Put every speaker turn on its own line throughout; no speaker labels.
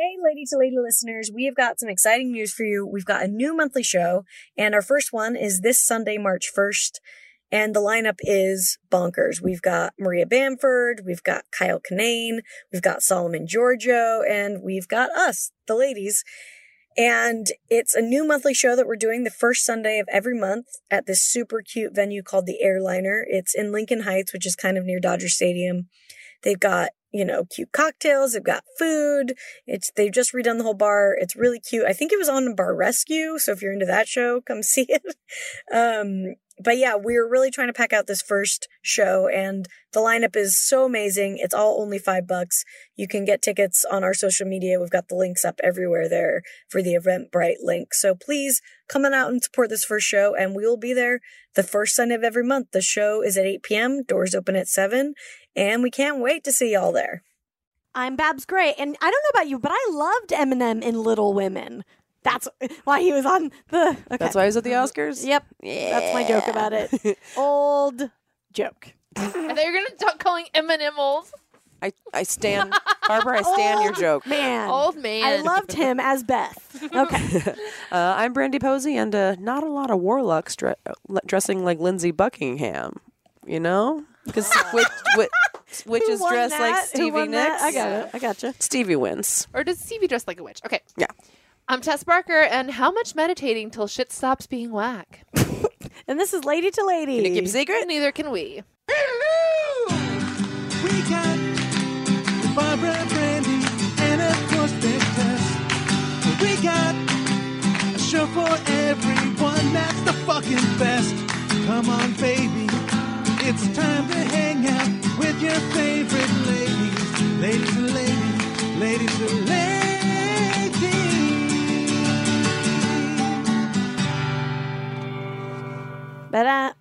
Hey, lady to lady listeners, we have got some exciting news for you. We've got a new monthly show, and our first one is this Sunday, March 1st. And the lineup is bonkers. We've got Maria Bamford, we've got Kyle Kinane, we've got Solomon Giorgio, and we've got us, the ladies. And it's a new monthly show that we're doing the first Sunday of every month at this super cute venue called the Airliner. It's in Lincoln Heights, which is kind of near Dodger Stadium. They've got, you know, cute cocktails, they've got food. It's they've just redone the whole bar. It's really cute. I think it was on Bar Rescue, so if you're into that show, come see it. Um but yeah, we're really trying to pack out this first show and the lineup is so amazing. It's all only 5 bucks. You can get tickets on our social media. We've got the links up everywhere there for the Eventbrite link. So please come on out and support this first show, and we will be there the first Sunday of every month. The show is at 8 p.m., doors open at 7, and we can't wait to see y'all there.
I'm Babs Gray, and I don't know about you, but I loved Eminem in Little Women. That's why he was on the. Okay. Mm-hmm.
That's why he's at the Oscars.
Yep, that's my joke about it. Old joke.
I thought you were gonna talk calling Eminem old.
I, I stand, Barbara. I stand your
Old
joke.
Man,
Oh,
Old man.
I loved him as Beth. Okay,
Uh, I'm Brandy Posey, and uh, not a lot of warlocks dre- uh, le- dressing like Lindsay Buckingham. You know, because which which which
Who
is
won
dressed like
that? Who
Stevie
won that?
Nicks.
I got it. I got you.
Stevie wins.
Or does Stevie dress like a witch? Okay.
Yeah.
I'm Tess Barker, and how much meditating till shit stops being whack?
And this is lady to lady.
Can you keep a secret?
Neither can we.
We got Barbara Brandy and of course Big Tess. We got a show for everyone that's the fucking best. Come on, baby. It's time to hang out with your favorite ladies. Ladies and ladies, ladies and ladies.
But uh,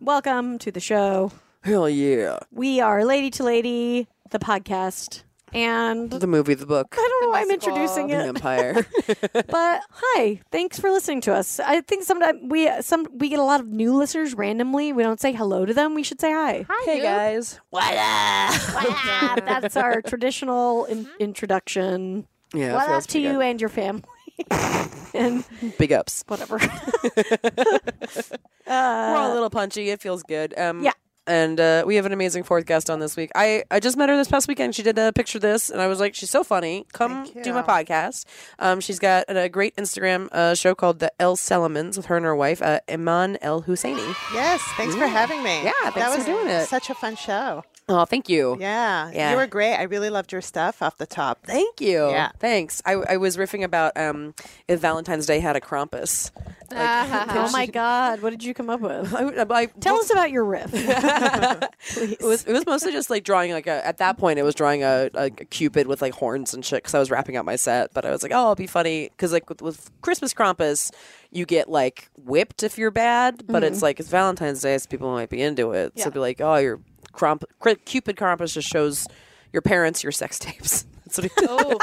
welcome to the show.
Hell yeah!
We are lady to lady, the podcast, and
The movie, the book,
I don't know why I'm
musical.
introducing
the
it.
empire.
but hi thanks for listening to us i think sometimes we some we get a lot of new listeners randomly we don't say hello to them we should say hi
Hi,
hey
you.
guys. What up?
Ah, that's our traditional in- introduction
Yeah.
well
feels
up to
pretty
you
good.
and your family and
Big ups.
whatever
We're all a little punchy. It feels good. Um,
yeah.
And uh, we have an amazing fourth guest on this week. I, I just met her this past weekend. She did a picture this, and I was like, she's so funny. Come do my podcast. Um, she's got a, a great Instagram uh, show called The El Salamans with her and her wife, uh, Iman El Husseini.
Yes, thanks for having me.
Yeah, thanks
that
for
was
doing it.
Such a fun show.
Oh, thank you.
Yeah,
Yeah.
you were great. I really loved your stuff off the top.
Thank you.
Yeah.
Thanks. I, I was riffing about um, if Valentine's Day had a Krampus.
oh my god what did you come up with
I, I,
tell us about your riff
It was, it was mostly just like drawing like a, at that point it was drawing a, a cupid with like horns and shit because I was wrapping up my set but I was like oh I'll be funny because like with, with Christmas Krampus you get like whipped if you're bad but
Mm-hmm.
it's like it's Valentine's Day so people might be into it so be like oh your Kramp- Cri- cupid Krampus just shows your parents your sex tapes that's what it,
Oh,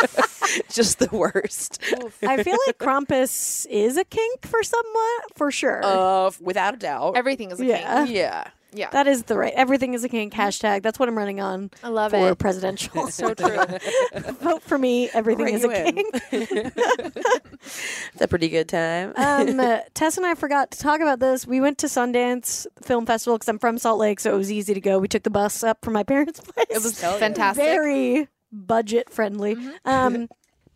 just the worst
i feel like krampus is a kink for someone for sure
uh, without a doubt
everything is a
Yeah.
king.
yeah
Yeah.
that is the right everything is a kink hashtag that's what i'm running on
I love
for
it.
presidential.
So true.
vote for me. Everything
Bring
is a
you in.
king.
it's a pretty good time
Um, uh, Tess and I forgot to talk about this. We went to Sundance Film Festival because I'm from Salt Lake, so it was easy to go. We took the bus up from my parents' place. It was
Fantastic.
very budget friendly. Um,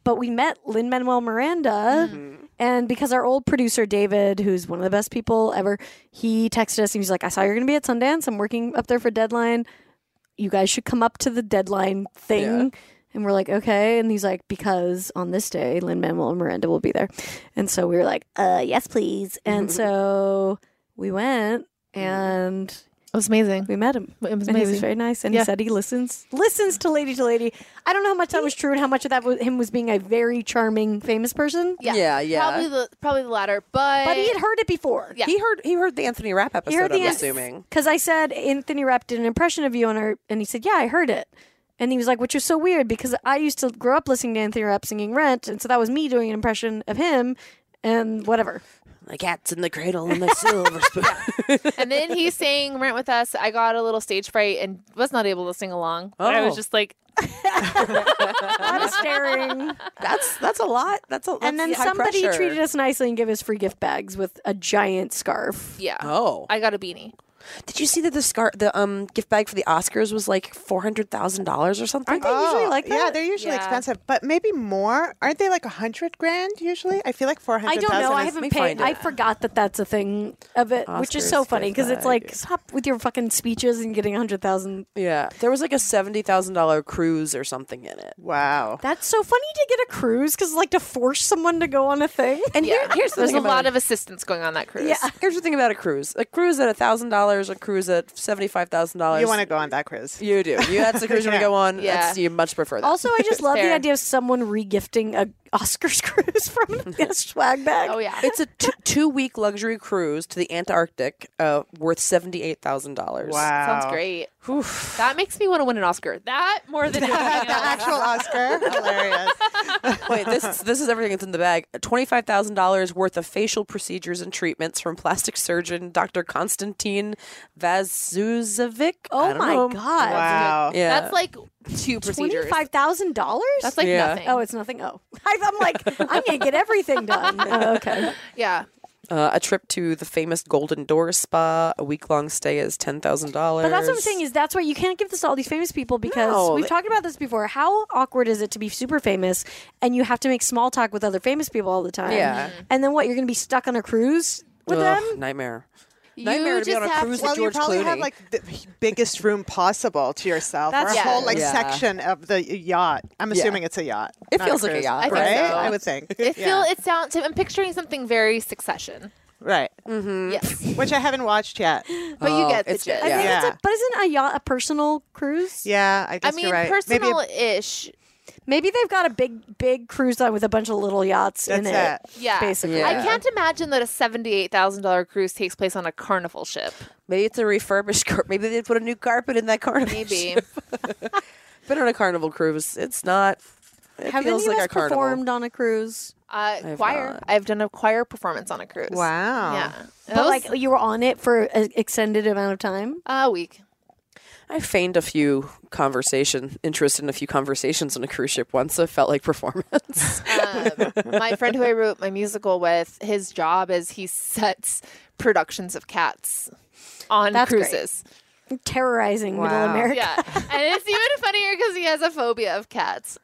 but we met Lin Manuel Miranda. And because our old producer, David, who's one of the best people ever, he texted us and he was like, I saw you're going to be at Sundance. I'm working up there for deadline. You guys should come up to the deadline thing. And we're like, okay. And he's like, because on this day, Lin Manuel Miranda will be there. And so we were like, uh, yes, please. And so we went and
It was amazing.
we met him.
It was
And he was
amazing.
very nice, and
Yeah.
he said he listens listens to Lady to Lady. I don't know how much that was true, and how much of that was him was being a very charming famous person.
Yeah,
Yeah, yeah.
Probably the probably the latter, but
But he had heard it before.
Yeah.
He heard he heard the Anthony Rapp episode.
heard
I'm
the ans-
assuming.
Because I said Anthony Rapp did an impression of you on her, and he said, "Yeah, I heard it." And he was like, "Which is so weird because I used to grow up listening to Anthony Rapp singing Rent, and so that was me doing an impression of him, and whatever."
The cat's in the cradle and the silver spoon.
and then he sang Rent with Us. I got a little stage fright and was not able to sing along. But I was
Oh.
just like,
A lot of staring.
That's that's a lot. That's a that's
and then
high
somebody
pressure.
treated us nicely and gave us free gift bags with a giant scarf.
yeah.
Oh,
I got a beanie.
did you see that the scar the um gift bag for the Oscars was like four hundred thousand dollars or something?
Aren't they usually
Oh,
like that?
Yeah, they're usually
Yeah.
expensive, but maybe more. Aren't they like a hundred grand usually? I feel like four
I
hundred.
don't know. I
me
haven't
find it.
paid. I forgot that that's a thing of it, which is
Oscars
so funny
gift
because it's
bag.
like stop with your fucking speeches and getting a hundred thousand.
Yeah, there was like a seventy thousand dollar cruise or something in it.
Wow.
That's so funny to get a cruise because like to force someone to go on a thing.
And here, here's the
There's
thing
a
about
lot of assistance going on that cruise.
Yeah.
here's the thing about a cruise. A cruise at thousand dollars, a cruise at seventy five thousand dollars.
You want to go on that cruise?
You do. You that's the cruise you want to go on.
Yeah.
That's, you much prefer that.
Also, I just love the
Fair.
idea of someone regifting a Oscars cruise from a swag bag.
Oh yeah.
it's a t- two week luxury cruise to the Antarctic, uh, worth seventy eight thousand dollars.
Wow.
Sounds great. That makes me want to win an Oscar. That more than anything
the
else.
actual Oscar. Hilarious.
Wait, this is, this is everything that's in the bag. Twenty five thousand dollars worth of facial procedures and treatments from plastic surgeon Dr. Konstantin Vazuzevic. I
Oh
don't
my
know.
god!
Wow.
Yeah.
That's like two procedures.
Twenty five thousand dollars.
That's like
Yeah.
nothing.
Oh, it's nothing. Oh, I'm like, I'm gonna get everything done. Oh, okay.
yeah.
Uh, a trip to the famous Golden Door Spa. A week long stay is ten thousand dollars.
But that's what I'm saying is that's why you can't give this to all these famous people because
No,
we've
they-
talked about this before. How awkward is it to be super famous and you have to make small talk with other famous people all the time?
Yeah. Mhm.
And then what? You're going to be stuck on a cruise with
Ugh,
them?
nightmare.
you
Nightmare to be
just
on a
have
cruise
well,
with George
you probably
Clooney.
have like the biggest room possible to yourself, or a
That's-
whole like
Yeah.
section of the yacht. I'm
Yeah.
assuming it's a yacht.
It
not
feels like a
cruise,
yacht, I
think
right?
so.
I would think.
It
Yeah.
feel it sounds. I'm picturing something very Succession.
right,
Yes,
which I haven't watched yet.
but you
Oh,
get the
it's-
gist.
I think
Yeah.
it's a, but isn't a yacht a personal cruise?
Yeah, I
I
guess
mean,
you're right. Maybe a-
personal-ish.
Maybe they've got a big, big cruise line with a bunch of little yachts in it.
That's
Yeah.
Basically.
I
Yeah.
can't imagine that a seventy-eight thousand dollar cruise takes place on a carnival ship.
Maybe it's a refurbished carpet. Maybe they put a new carpet in that carnival.
Maybe.
Been on a carnival cruise. It's not. It
Haven't
feels
you
like
guys
a carnival.
performed on a cruise?
Uh,
I've
choir.
not.
I've done a choir performance on a cruise.
wow.
Yeah.
But
Those-
like you were on it for an extended amount of time?
a week.
I feigned a few conversation interest in a few conversations on a cruise ship once. So it felt like performance.
Um, my friend who I wrote my musical with, his job is he sets productions of cats on
That's great.
cruises.
Terrorizing middle
Wow.
America.
Yeah. and it's even funnier because he has a phobia of cats.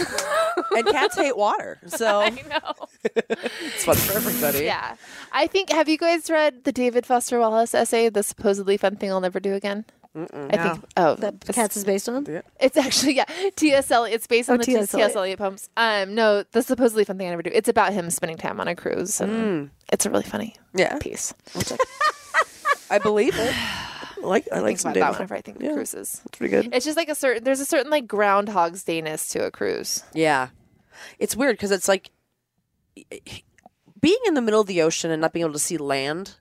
and cats hate water, so
I know.
it's fun for everybody.
Yeah. I think, have you guys read the David Foster Wallace essay, The Supposedly Fun Thing I'll Never Do Again? I think, oh,
That Cats is based on?
it's actually, yeah, T.S. Eliot. It's based
Oh,
on the
T.S.
T.S.
Eliot.
Eliot poems. Um, no, The Supposedly Fun Thing I Never Do. It's about him spending time on a cruise.
Mm.
And It's a really funny
Oh.
Yeah.
piece.
I believe it. I like I like
Think
some
about
David.
that whenever I think of
Yeah.
cruises.
It's pretty good.
It's just like a certain, there's a certain like Groundhog's Dayness to a cruise.
Yeah, it's weird because it's like being in the middle of the ocean and not being able to see land.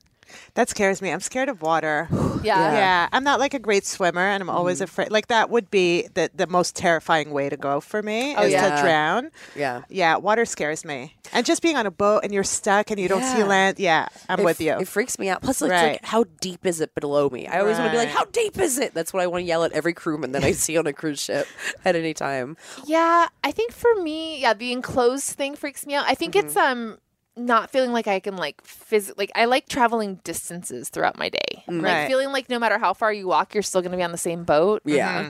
That scares me. I'm scared of water.
Yeah. Mm-hmm.
Yeah, I'm not like a great swimmer, and I'm always afraid. Like that would be the the most terrifying way to go for me
Oh,
is
yeah.
to drown.
Yeah.
Yeah, water scares me, and just being on a boat and you're stuck and you don't see
Yeah.
land. Yeah, I'm
It-
with you.
It freaks me out. Plus, it's
Right.
like, how deep is it below me? I always want to be like,
Right.
how deep is it? That's what I want to yell at every crewman that I see on a cruise ship at any time.
Yeah, I think for me, yeah, the enclosed thing freaks me out. I think it's um not feeling like I can like phys- like I like traveling distances throughout my day. Like
Right.
feeling like no matter how far you walk, you're still going to be on the same boat.
Yeah.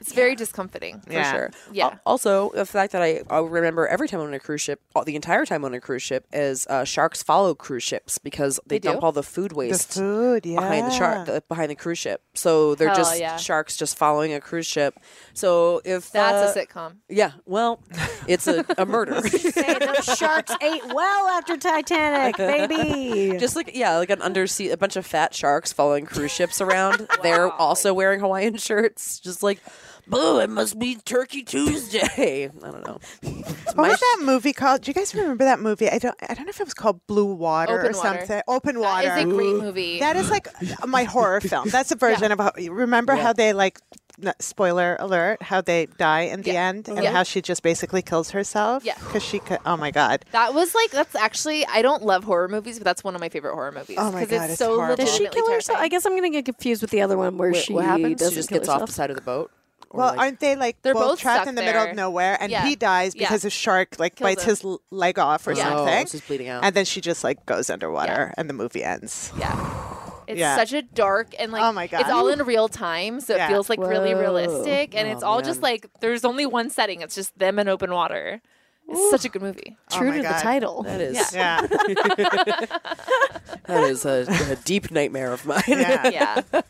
It's very discomforting.
for
Yeah.
sure.
Yeah.
Al- also, the fact that I, I remember every time I'm on a cruise ship, all, the entire time on a cruise ship, is uh, sharks follow cruise ships because they,
do?
dump all the food
The
waste
food, yeah.
behind the shark the, behind the cruise ship. So they're
Hell
just
yeah.
sharks just following a cruise ship. So if
That's
uh,
a sitcom.
yeah, well, it's a, a murder.
Hey, those sharks ate well after Titanic, baby.
Just like yeah, like an undersea, a bunch of fat sharks following cruise ships around. They're also wearing Hawaiian shirts, just like, boo! It must be Turkey Tuesday. I don't know.
What was that movie called? Do you guys remember that movie? I don't. I don't know if it was called Blue Water
Open
or
Water.
something. Open
That
Water.
is a great movie.
That is like my horror film. That's a version of. a- Remember how they like. n- Spoiler alert! How they die in the end, and
Yeah.
how she just basically kills herself.
Yeah.
because she. Could, oh my god.
That was like that's actually I don't love horror movies, but that's one of my favorite horror movies
Oh my God,
it's
it's
so
horrible.
Does she
legitimately
kill herself?
terrifying.
I guess I'm gonna get confused with the other one where
Wait,
she
what happens?
doesn't
She just
kill
gets
herself.
off the side of the boat. Or,
Well,
like-
aren't they like
They're
both
both
trapped
stuck
in the middle
there.
of nowhere, and
Yeah.
he dies
Yeah.
because a shark like
Kills
bites
him.
his l- leg off or
Yeah. Oh,
something,
she's bleeding out.
and then she just like goes underwater, and the movie ends.
Yeah. It's
Yeah.
such a dark and like
Oh my God.
it's all in real time, so it
Yeah. Oh,
feels like really
Whoa.
realistic and it's all just
man.
like there's only one setting. It's just them in open water. It's such a good movie.
True
Oh my
to the
God.
title.
that is
Yeah,
that is a, a deep nightmare of mine.
yeah.
Yeah.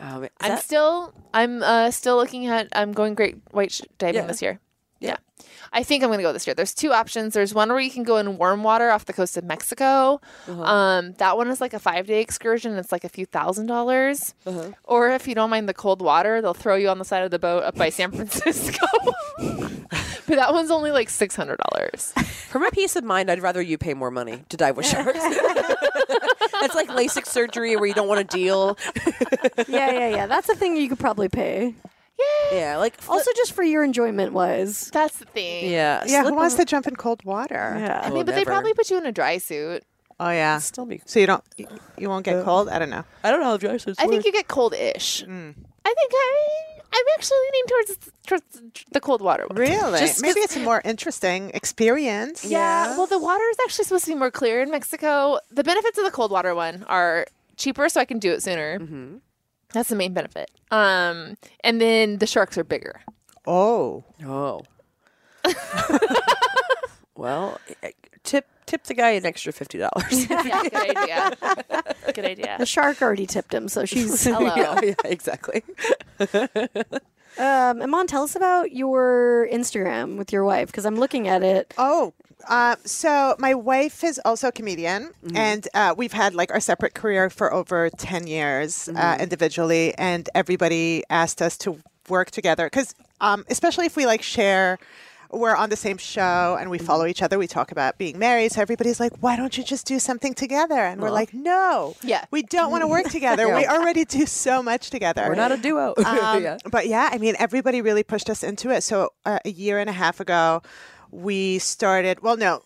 Um, is
I'm
that-
still I'm uh, still looking at I'm going great white sh- diving
Yeah.
this year. Yeah. I think I'm going to go this year. There's two options. There's one where you can go in warm water off the coast of Mexico.
Uh-huh.
Um, that one is like a five day excursion. It's like a few thousand dollars.
Uh-huh.
Or if you don't mind the cold water, they'll throw you on the side of the boat up by San Francisco. but that one's only like six hundred dollars.
for my peace of mind, I'd rather you pay more money to dive with sharks. That's like LASIK surgery where you don't want to deal.
yeah, yeah, yeah. That's a thing you could probably pay.
Yeah, like flip-
Also, just for your enjoyment wise.
That's the thing.
yeah,
Yeah,
slip
who wants
on-
to jump in cold water?
I
Yeah.
mean,
Oh,
but they
never.
probably put you in a dry suit.
Oh yeah.
still be?
So you don't, you- you won't get cold. I don't know.
I don't know how dry suits
I think
work.
you get cold-ish.
Mm.
I think I, I'm actually leaning towards, towards the cold water. one.
Really?
Just 'cause-
Maybe it's a more interesting experience.
Yeah. Well, the water is actually supposed to be more clear in Mexico. The benefits of the cold water one are cheaper, so I can do it sooner.
Mm-hmm.
That's the main benefit. Um, and then the sharks are bigger.
Oh.
Oh. well, eh, tip tip the guy an extra fifty dollars.
Yeah, good idea. good idea.
The shark already tipped him, so she's.
Hello.
yeah, yeah, exactly.
Um, Amon, tell us about your Instagram with your wife because I'm looking at it.
Oh, uh, so my wife is also a comedian,
Mm-hmm.
and uh, we've had like our separate career for over 10 years uh,
Mm-hmm.
individually, and everybody asked us to work together because, um, especially if we like share. We're on the same show and
Mm-hmm.
we follow each other. We talk about being married. So everybody's like, why don't you just do something together? And we're like, no,
Yeah.
we don't want to work together. We already do so much together.
We're not a duo.
Um,
yeah.
But yeah, I mean, everybody really pushed us into it. So uh, a year and a half ago, we started. Well, no,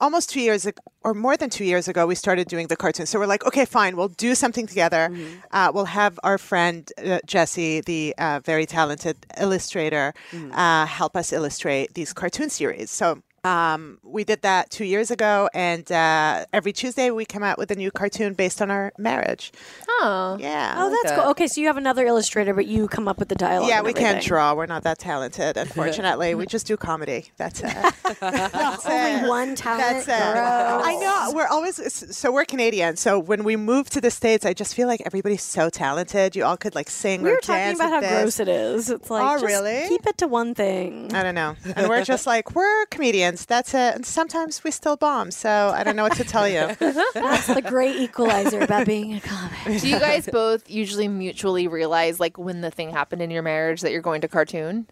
almost two years ago, or more than two years ago, we started doing the cartoons. So we're like, okay, fine, we'll do something together. Uh, we'll have our friend uh, Jesse, the uh, very talented illustrator, uh, help us illustrate these cartoon series. So. Um, we did that two years ago, and uh, every Tuesday we come out with a new cartoon based on our marriage.
Oh.
Yeah.
Oh, that's cool. Okay, so you have another illustrator, but you come up with the dialogue.
Yeah,
and
we can't
everything.
draw. We're not that talented, unfortunately. we just do comedy. That's it. That's
Only
it.
one talent.
That's it. I know. We're always s- so we're Canadian. So when we moved to the states, I just feel like everybody's so talented. You all could like sing
We
or
were talking
dance.
about how
and
gross
this.
it is. It's like,
Oh,
just
really?
Keep it to one thing.
I don't know. And we're just like we're comedians. That's it. And sometimes we still bomb. So I don't know what to tell you.
That's the great equalizer about being a comic.
Do you guys both usually mutually realize like when the thing happened in your marriage that you're going to cartoon?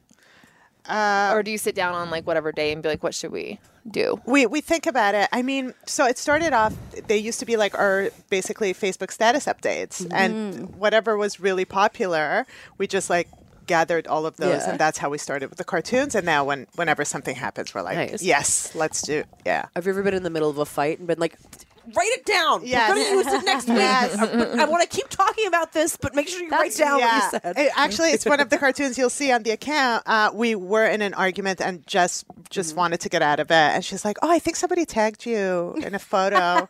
Uh,
or do you sit down on like whatever day and be like, what should we do?
We we think about it. I mean, so it started off. They used to be like our basically Facebook status updates,
Mm-hmm.
and whatever was really popular, we just like gathered all of those,
Yeah.
and that's how we started with the cartoons. And now, when whenever something happens, we're like,
Nice.
yes, let's do. Yeah,
Have you ever been in the middle of a fight and been like, write it down.
Yes.
We're going to use it next week.
Yes.
Uh, but I want to keep talking about this, but make sure you
That's-
write down
yeah.
what you said.
It- actually, it's one of the cartoons you'll see on the account. Uh, we were in an argument and just just wanted to get out of it, and she's like, "Oh, I think somebody tagged you in a photo."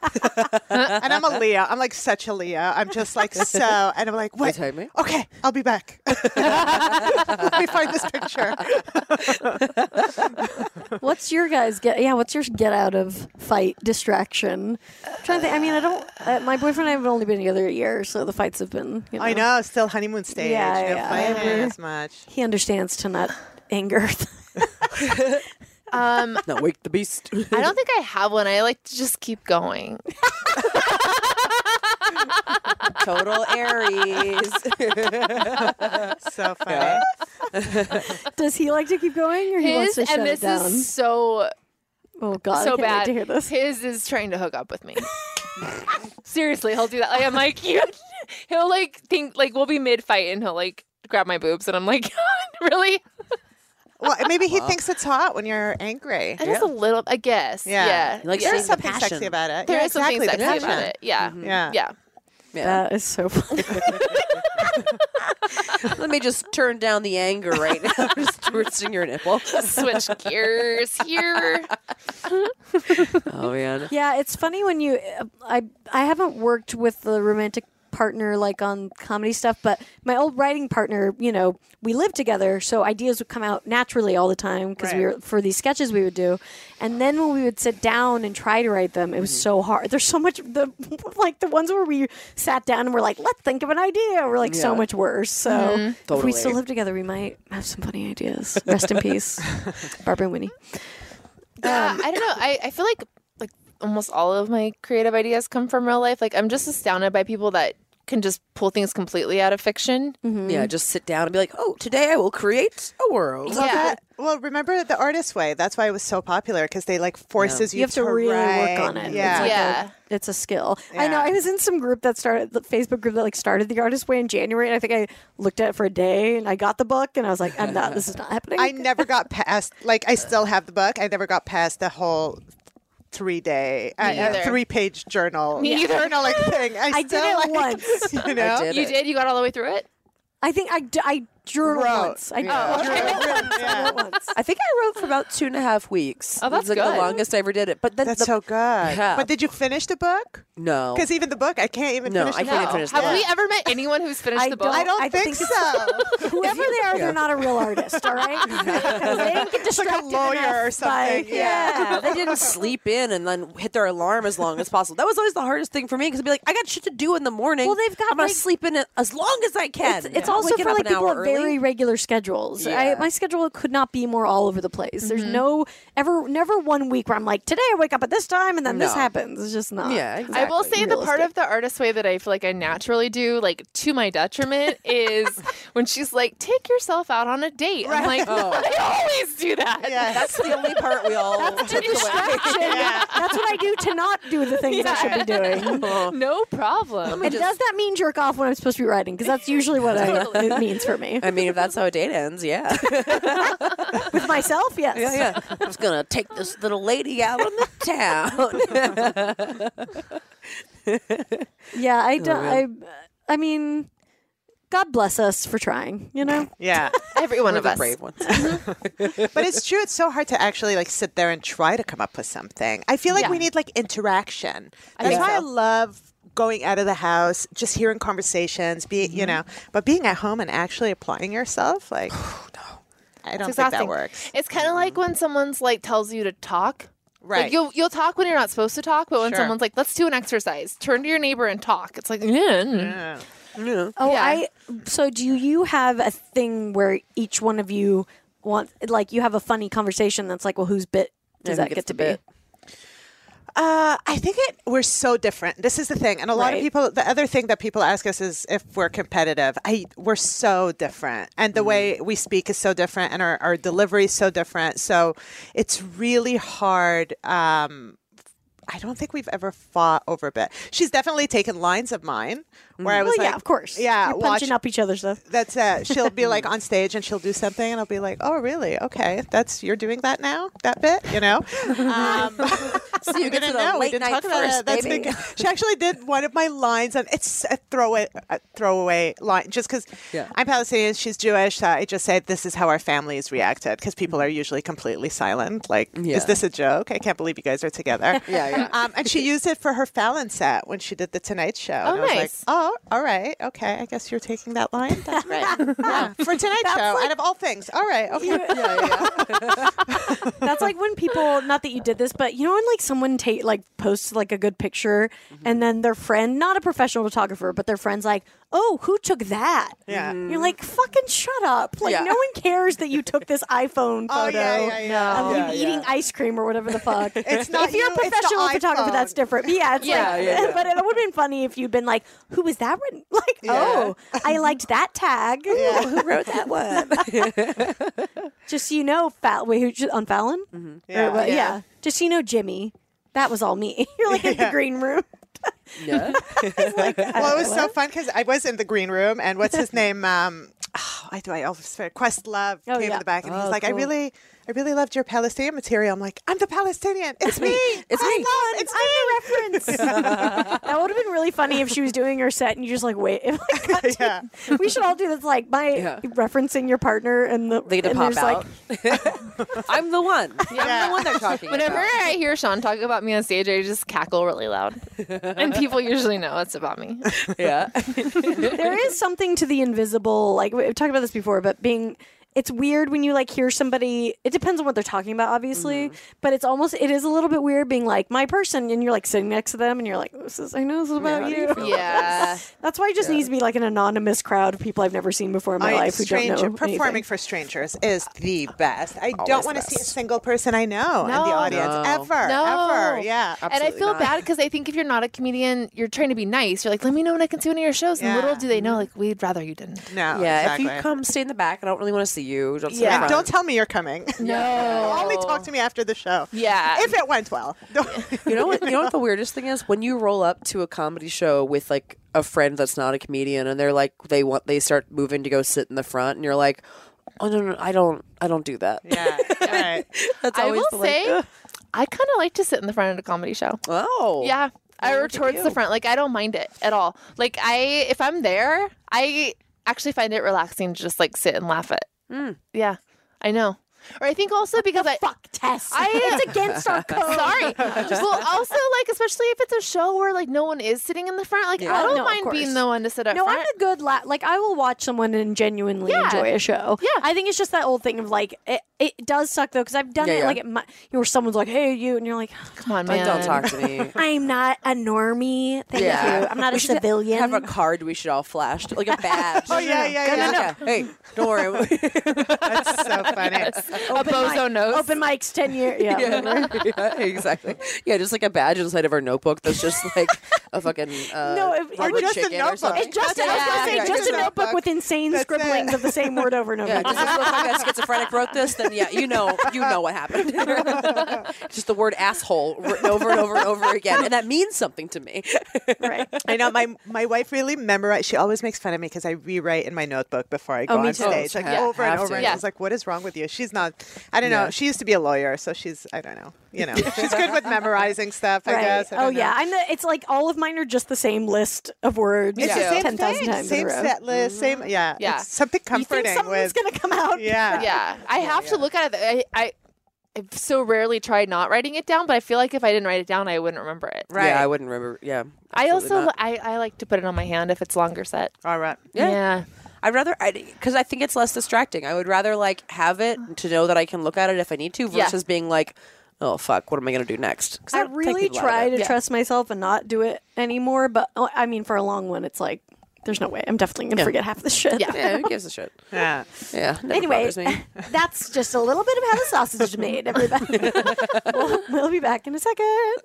and I'm a Leo. I'm like such a Leo. I'm just like so, and I'm like, "What?
tagged me?
Okay, I'll be back. Let me find this picture."
What's your guys get? Yeah, what's your get out of fight distraction? I'm trying to think. I mean, I don't. Uh, my boyfriend and I have only been together a year, so the fights have been. You know,
I know, still honeymoon stage.
Yeah,
no
yeah.
fighting
Mhm.
as much.
He understands to not anger.
Um,
No, wake the beast.
I don't think I have one. I like to just keep going.
Total Aries.
So funny.
Does he like to keep going, or he wants to
His
shut
and this
it down?
is so
oh God,
so
I can't
bad.
wait to hear this.
His is trying to hook up with me. Seriously, he'll do that. Like I'm like you. He'll like think like we'll be mid fight and he'll like grab my boobs and I'm like really.
Well, maybe he thinks it's hot when you're angry.
It is a little. I guess.
Yeah.
Yeah.
He likes
yeah.
There's
the
something
passion.
sexy about it.
There
yeah,
is something
exactly, the
sexy about
passion.
it. Yeah.
Yeah.
Yeah.
Yeah.
That is so funny.
Let me just turn down the anger right now. just twisting your nipple.
Switch gears here.
Oh man.
Yeah, it's funny when you. uh, I I haven't worked with the romantic partner like on comedy stuff, but my old writing partner, you know, we lived together, so ideas would come out naturally all the time because we
Right.
were for these sketches we would do, and then when we would sit down and try to write them, it
Mm-hmm.
was so hard. There's so much the like the ones where we sat down and we're like, let's think of an idea. We're like so
Yeah. Mm-hmm.
much worse. So if we
Totally.
still live together, we might have some funny ideas. Rest in peace, Barbara and Winnie.
Yeah, I don't know. I, I feel like like almost all of my creative ideas come from real life. Like I'm just astounded by people that can just pull things completely out of fiction.
Mm-hmm.
Yeah, just sit down and be like, "Oh, today I will create a world."
Well,
Yeah.
that- well, remember the artist way. That's why it was so popular because they like forces
you have to, really work on it.
write.
It's
Yeah.
like a-
Yeah.
it's a skill. I know.
Yeah.
I was in some group that started the Facebook group that like started the artist way in January, and I think I looked at it for a day, and I got the book, and I was like, I'm not. This is not happening.
I never got past. Like I still have the book. I never got past the whole three day, uh,
either.
uh, three page journal,
Me either.
journaling thing. I,
I did
still
it
like,
once.
You know,
did
You
it.
did. You got all the way through it.
I think I d- I journaled
Wrote.
once. I
Yeah.
journaled once. I wrote once.
I think I wrote for about two and a half weeks.
Oh, that's
It was, like
good.
the longest I ever did it. But then
That's
the,
so good.
Yeah.
But did you finish the book?
no,
Because even the book, I can't even
No,
finish.
I
the
can't
book.
finish the
Have
book.
we ever met anyone who's finished
I
the book?
don't-
I don't
I
think,
think it's-
so.
Whoever they are,
Yeah.
they're not a real artist. All right, they didn't get
It's like a
distracted
lawyer
enough
or
by-
something. Yeah.
yeah, they
didn't
didn't.
sleep in and then hit their alarm as long as possible. That was always the hardest thing for me because I'd be like, I got shit to do in the morning.
Well, they've got,
I'm gonna
like-
sleep in it as long as I can.
It's, it's also
Waking
for
up
like
an
people with
hour
very
early.
regular schedules.
Yeah.
I, my schedule could not be more all over the place. There's
Mm-hmm.
no ever never one week where I'm like today I wake up at this time and then this
No.
happens. It's just not.
Yeah,
I will
Exactly.
say the part
Realistic.
of the artist way that I feel like I naturally do, like to my detriment, is when she's like, "Take yourself out on a date." I'm like, I always do that.
Yes.
That's the only part we all took away.
Distraction. That's what I do to not do the things I should be doing.
No problem.
And does that mean jerk off when I'm supposed to be writing? Because that's usually what I, it means for me.
I mean, if that's how a date ends, yeah,
With myself, yes.
yeah. I'm just gonna take this little lady out on the town.
Yeah, I don't. I, I mean, God bless us for trying. You know.
Yeah.
Every one
We're
of
the
us.
brave ones.
but it's true. It's so hard to actually like sit there and try to come up with something. I feel like we
Yeah.
need like interaction.
I
That's
think
why I
so.
love going out of the house, just hearing conversations, be
Mm-hmm.
you know, but being at home and actually applying yourself, like I don't
It's
think that
exhausting.
works.
It's kind of like when someone's like tells you to talk. Like,
Right.
you'll you'll talk when you're not supposed to talk, but when
Sure.
someone's like, "Let's do an exercise," turn to your neighbor and talk. It's like, mm.
Yeah.
Oh,
Yeah.
I. So, do you have a thing where each one of you want, like, you have a funny conversation that's like, well, whose bit does
Yeah, who gets
that get to
the
be?
bit?
Uh, I think it, we're so different. This is the thing, and a lot of
Right.
people. The other thing that people ask us is if we're competitive. I we're so different, and the
Mm.
way we speak is so different, and our, our delivery is so different. So it's really hard. Um, I don't think we've ever fought over a bit. She's definitely taken lines of mine where I was
Mm. Well,
like,
yeah, of course.
yeah,
You're
watch-
punching up each other's stuff.
That's it. She'll be like on stage and she'll do something, and I'll be like, "Oh, really? Okay, that's you're doing that now, that bit, you know." Um, So you
get to
didn't
the
know.
late
we
night
didn't talk about
first,
it. That's
baby.
big- she actually did one of my lines, and it's a throwaway, a throwaway line, just because I'm Palestinian, she's Jewish. So I just say this is how our families reacted because people are usually completely silent. Like,
Yeah.
is this a joke? I can't believe you guys are together.
Yeah, yeah.
Um, and she used it for her Fallon set when she did the Tonight Show. and I was
nice.
like, oh, all right, okay. I guess you're taking that line. That's great. yeah. For Tonight Show, out of all things. All right, okay.
That's like when people, not that you did this, but you know when like someone take like posts like a good picture
Mm-hmm.
and then their friend, not a professional photographer, but their friend's like, "Oh, who took that?"
Yeah.
You're like, "Fucking shut up!" Like
Yeah.
no one cares that you took this iPhone photo
Oh, yeah, yeah, yeah.
of
Yeah,
you
yeah.
eating ice cream or whatever the fuck.
It's not
if you're
you,
a
it's the
professional photographer,
iPhone.
that's different. But yeah, it's
Yeah,
like,
yeah, yeah.
but it would have been funny if you'd been like, "Who was that?" written?" Like,
Yeah.
oh, I liked that tag. who wrote that one? Just so you know, Fal- wait, who, on Fallon?
Mm-hmm. Yeah.
Or what- yeah. Just so you know, Jimmy, that was all me. You're like in the green room.
Yeah.
well, it was so fun because I was in the green room, and what's his name? Um, oh, I do. I always forget. Questlove
Oh,
came
yeah.
in the back, and he's
Oh,
like, "I
cool.
really, I really loved your Palestinian material." I'm like, "I'm the Palestinian. It's me.
It's
I
me.
Love, it's
I'm the reference. that would have been really funny if she was doing her set and you just like wait. If I got to-
Yeah.
we should all do this like by
Yeah.
referencing your partner and the
They get to
and
pop
there's,
out. I'm the one. I'm
Yeah.
the one they're talking
Whenever
about.
I hear Sean talk about me on stage, I just cackle really loud. and people usually know it's about me.
Yeah.
like, there is something to the invisible. Like we've talked about this before, but being. It's weird when you like hear somebody. It depends on what they're talking about, obviously,
Mm-hmm.
but it's almost it is a little bit weird being like my person, and you're like sitting next to them, and you're like, "This is I know this is about you."
Yeah.
That's why it just needs to be like an anonymous crowd of people I've never seen before in my
I-
life who
stranger,
don't know
performing
anything.
for strangers is the best. I don't want to see a single person I know in the
No.
audience
No.
ever,
No.
ever. Yeah,
and I
Absolutely
feel
not.
bad because I think if you're not a comedian, you're trying to be nice. You're like, let me know when I can see one of your shows. And
Yeah.
little do they know, like, we'd rather you didn't.
no,
yeah.
exactly.
If you come, stay in the back. I don't really want to see you. Don't sit in
Yeah.
And
front.
don't tell me you're coming.
No.
Only talk to me after the show.
Yeah.
If it went well.
You know what? You know what the weirdest thing is when you roll up to a comedy show with like a friend that's not a comedian, and they're like they want they start moving to go sit in the front, and you're like, oh no, no, I don't, I don't do that.
yeah. All right.
That's
I
always the,
will
like,
say,
"Ugh."
I kind of like to sit in the front of a comedy show.
oh
Yeah. I
look
or
at
towards
you.
the front. Like I don't mind it at all. Like I if I'm there, I actually find it relaxing to just like sit and laugh at. Yeah. I know. Or I think also because I
Fuck Tess.
I- uh,
it's against our code.
sorry. well also like especially if it's a show where like no one is sitting in the front, like
Yeah.
I
Oh,
don't
no, of
mind being
course.
the one to sit up
No, I'm
front.
a good la- like I will watch someone and genuinely
Yeah.
enjoy a show.
Yeah.
I think it's just that old thing of like it, it does suck though because I've done
Yeah,
it
yeah.
like at my, you know, where someone's like, "Hey, you," and you're like, "Oh,
Come on,
Like,
man.
don't talk to me.
"I'm not a normie. Thank
Yeah.
you. I'm not a
should
civilian."
Have a card we should all flash, like a badge. oh
yeah, yeah, yeah.
Hey, don't worry.
That's so funny.
A bozo notes.
Open mics ten years. Yeah.
yeah, yeah, exactly. Yeah, just like a badge inside of our notebook that's just like a fucking uh,
No, if- or
rubber
just a
chicken
notebook.
or something.
It's just, I was
Yeah,
gonna say,
yeah,
just
just
a
a
notebook,
notebook.
with insane
That's it.
scribblings of the same word over and over.
Yeah,
again.
does this look like a schizophrenic wrote this? Then yeah, you know, you know what happened. Just the word asshole written over and over and over again, and that means something to me.
right.
I know my my wife really memorized. She always makes fun of me because I rewrite in my notebook before I go
Oh, me
on
too.
stage, like
Yeah,
over and
have
over.
to.
And I was like, "What is wrong with you?" She's not. I don't
Yeah.
know. She used to be a lawyer, so she's. I don't know. You know, she's good with memorizing stuff. I
Right.
guess. I
oh
don't know.
yeah, I'm the. It's like all of mine are just the same list of words.
It's the same
ten thousand
thing,
times
same
in a row.
set list, same yeah.
Yeah.
It's something
you think
comforting
something's
with
gonna come out?
yeah.
yeah i have to look at it i i I've so rarely tried not writing it down, but I feel like if I didn't write it down, I wouldn't remember it.
Right.
Yeah, I wouldn't remember. Yeah.
I
absolutely
also
not.
I, I like to put it on my hand if it's longer set.
All right.
Yeah.
yeah.
I'd rather because I, think it's less distracting. I would rather like have it to know that I can look at it if I need to,
Yeah.
versus being like, oh fuck, what am I gonna do next? 'Cause
I
that would take
really
people out of
try
it.
to trust myself and not do it anymore, but oh, I mean, for a long one, it's like there's no way. I'm definitely gonna forget half the shit.
Yeah.
Yeah, who gives a shit?
Yeah.
Yeah. Never
Anyway,
bothers me.
that's just a little bit of how the sausage is made, everybody. we'll, we'll be back in a second.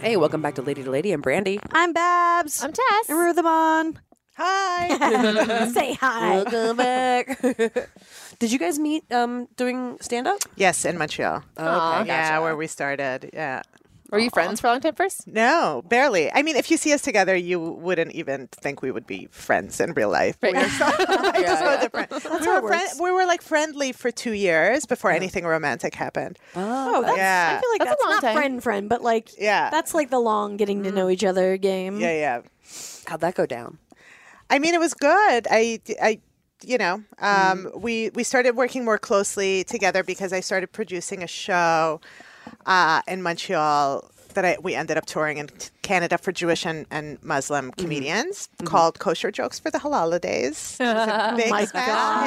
Hey, welcome back to Lady to Lady. I'm Brandy.
I'm Babs.
I'm Tess.
and we're the Mon.
Hi.
Say hi.
Welcome back. Did you guys meet um doing stand up?
yes, in Montreal.
Oh, Okay,
Yeah,
gotcha.
where we started. Yeah.
Were you friends for a long time first?
No, barely. I mean, if you see us together, you wouldn't even think we would be friends in real life.
Right.
I just
Yeah,
wanted to friend- we, were friend- we were like friendly for two years before anything romantic happened.
Um.
Oh, that's,
Yeah.
I feel like
That's a
that's,
long
not
time.
friend friend, but like
Yeah. Mm.
that's like the long getting to know each other game.
yeah, yeah.
How'd that go down?
I mean, it was good. I, I, you know, um,
Mm-hmm.
we we started working more closely together because I started producing a show uh, in Montreal that I we ended up touring in Canada for Jewish and, and Muslim
Mm-hmm.
comedians called Kosher Jokes for the Holidays. Big
my
smash
God.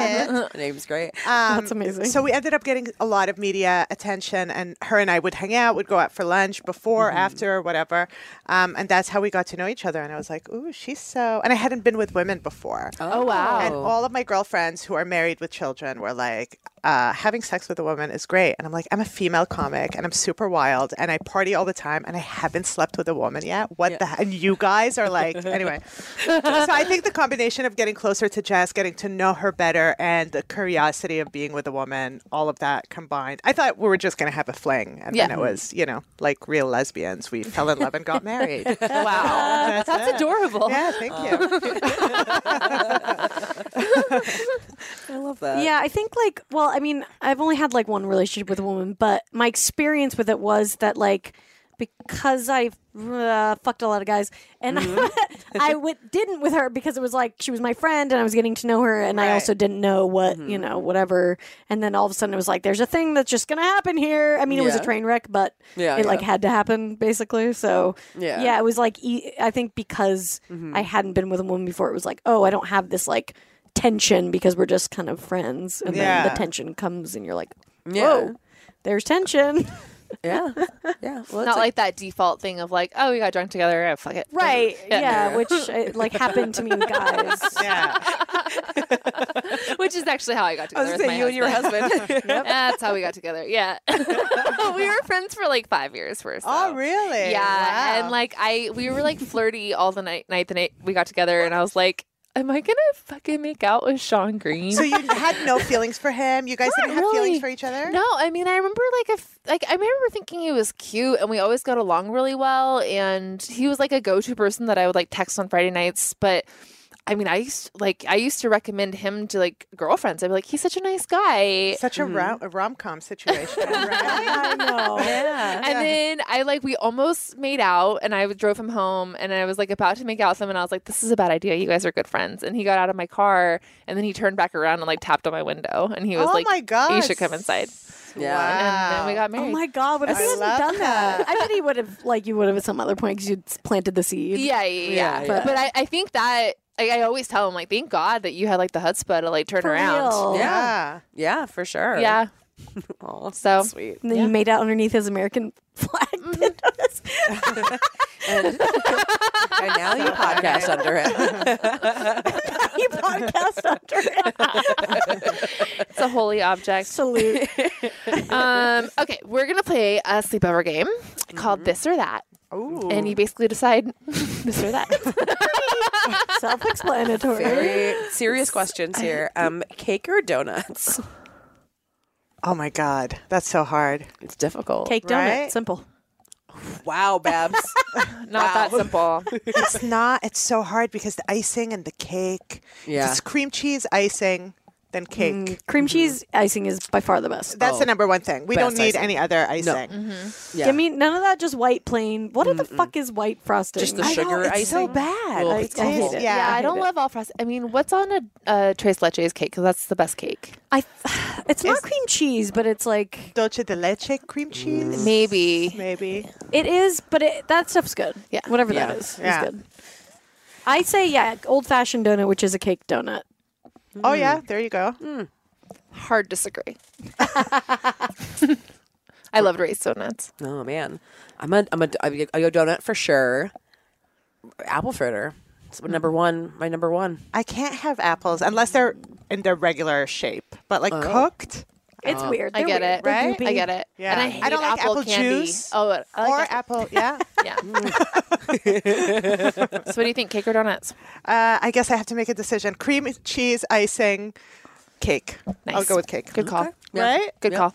hit.
Name's great.
That's amazing.
So we ended up getting a lot of media attention, and her and I would hang out, would go out for lunch before,
Mm-hmm.
after, whatever. Um, and that's how we got to know each other. And I was like, ooh, she's so. And I hadn't been with women before.
Oh, wow.
And all of my girlfriends who are married with children were like, uh, having sex with a woman is great. And I'm like, I'm a female comic and I'm super wild and I party all the time and I haven't slept with a woman yet. What the? he- And you guys are like, anyway. so I think the combination of getting closer to Jess, getting to know her better, and the curiosity of being with a woman, all of that combined, I thought we were just going to have a fling. And
Yeah.
then it was, you know, like real lesbians. We fell in love and got married.
Wow. That's adorable.
yeah, thank you.
I love that.
Yeah, I think like well, I mean, I've only had like one relationship with a woman, but my experience with it was that like because I uh, fucked a lot of guys, and
Mm-hmm.
I w- didn't with her because it was like she was my friend and I was getting to know her, and I
Right.
also didn't know what
Mm-hmm.
you know whatever. And then all of a sudden it was like there's a thing that's just gonna happen here. I mean, it was a
Yeah.
train wreck, but
Yeah,
it like
yeah.
had to happen basically. So
Yeah.
yeah, it was like e- I think because
Mm-hmm.
I hadn't been with a woman before, it was like, oh, I don't have this like tension because we're just kind of friends, and then
Yeah.
the tension comes, and you're like, whoa,
Yeah.
there's tension,
Yeah. Yeah. Well,
Not like that default thing of like, oh, we got drunk together. Oh, fuck it.
right? Yeah, which uh, like happened to me with guys.
Yeah.
Which is actually how I got
I was going
together. with
to
my
say, you and your husband.
That's how we got together. Yeah. we were friends for like five years first.
Oh,
though.
really?
Yeah.
Wow.
And like I we were like flirty all the night night the night we got together and I was like, Am I gonna fucking make out with Sean Green?
So you had no feelings for him. You guys didn't have
really.
feelings for each other.
no, I mean I remember like if like I remember thinking he was cute and we always got along really well and he was like a go to person that I would like text on Friday nights, but I mean I used like I used to recommend him to like girlfriends. I'd be like, he's such a nice guy.
Such a rom a rom com situation. right?
I know.
yeah.
And then I like we almost made out, and I drove him home, and I was like about to make out with him, and I was like, "This is a bad idea. You guys are good friends." And he got out of my car, and then he turned back around and like tapped on my window, and he was
oh
like,
my god!
"You should come inside."
Yeah.
And then we got
Oh
married.
my god! What if
I
he hadn't
love
done that?
that.
I bet he would have like you would have at some other point because you'd planted the seed.
yeah, yeah, yeah.
Yeah,
But,
yeah.
but I, I think that like, I always tell him like, "Thank God that you had like the chutzpah to like turn
For
around."
real.
Yeah.
Yeah, for sure.
Yeah.
Aw,
So-
sweet.
And then you made out underneath his American flag. pinwheels.
And, and now you podcast under it.
you
Mm-hmm.
podcast under it.
It's a holy object.
Salute.
um, okay, we're gonna play a sleepover game called This or That,
Ooh.
and you basically decide this or that.
Self-explanatory.
Very serious questions here. Um, cake or donuts?
oh my god, that's so hard.
It's difficult.
Cake donut.
Right?
Simple.
Wow, Babs.
Not that simple.
It's not. It's so hard because the icing and the cake. If
Yeah.
It's cream cheese icing, then cake.
Mm.
Cream cheese icing is by far the best.
That's
Oh.
the number one thing. We
Best
don't need
icing.
any other icing.
Mm-hmm.
yeah.
I mean, none of that just white plain. What the fuck is white frosting?
Just the
I know,
sugar
it's
icing.
so bad.
Oh,
I-
it's
I hate
awful.
it.
Yeah.
Yeah, I,
I
don't love all frost. I mean, what's on a uh, tres leches cake? Because that's the best cake.
I, it's not cream cheese, but it's like
Dolce de leche cream cheese.
Mm. Maybe.
Maybe.
it is. But it, that stuff's good.
Yeah.
whatever
Yeah.
that is, is
Yeah.
good. I say yeah, old fashioned donut, which is a cake donut.
Oh yeah,
Mm.
there you go.
Hard disagree. I loved raised donuts.
Oh man, I'm a I'm a I go- I go donut for sure. Apple fritter. It's my number one. My number one.
I can't have apples unless they're in their regular shape, but
Oh.
like cooked.
It's weird.
Uh, I
They're
get
weird.
it.
They're
right?
goopy.
I get it.
Yeah.
And I
I
hate
don't like
apple,
apple
candy.
juice
Oh, I like
or
apple-
apple, yeah.
yeah. so, what do you think, cake or donuts?
Uh, I guess I have to make a decision. Cream cheese icing, cake.
Nice.
I'll go with cake.
Good call.
Right?
Good call.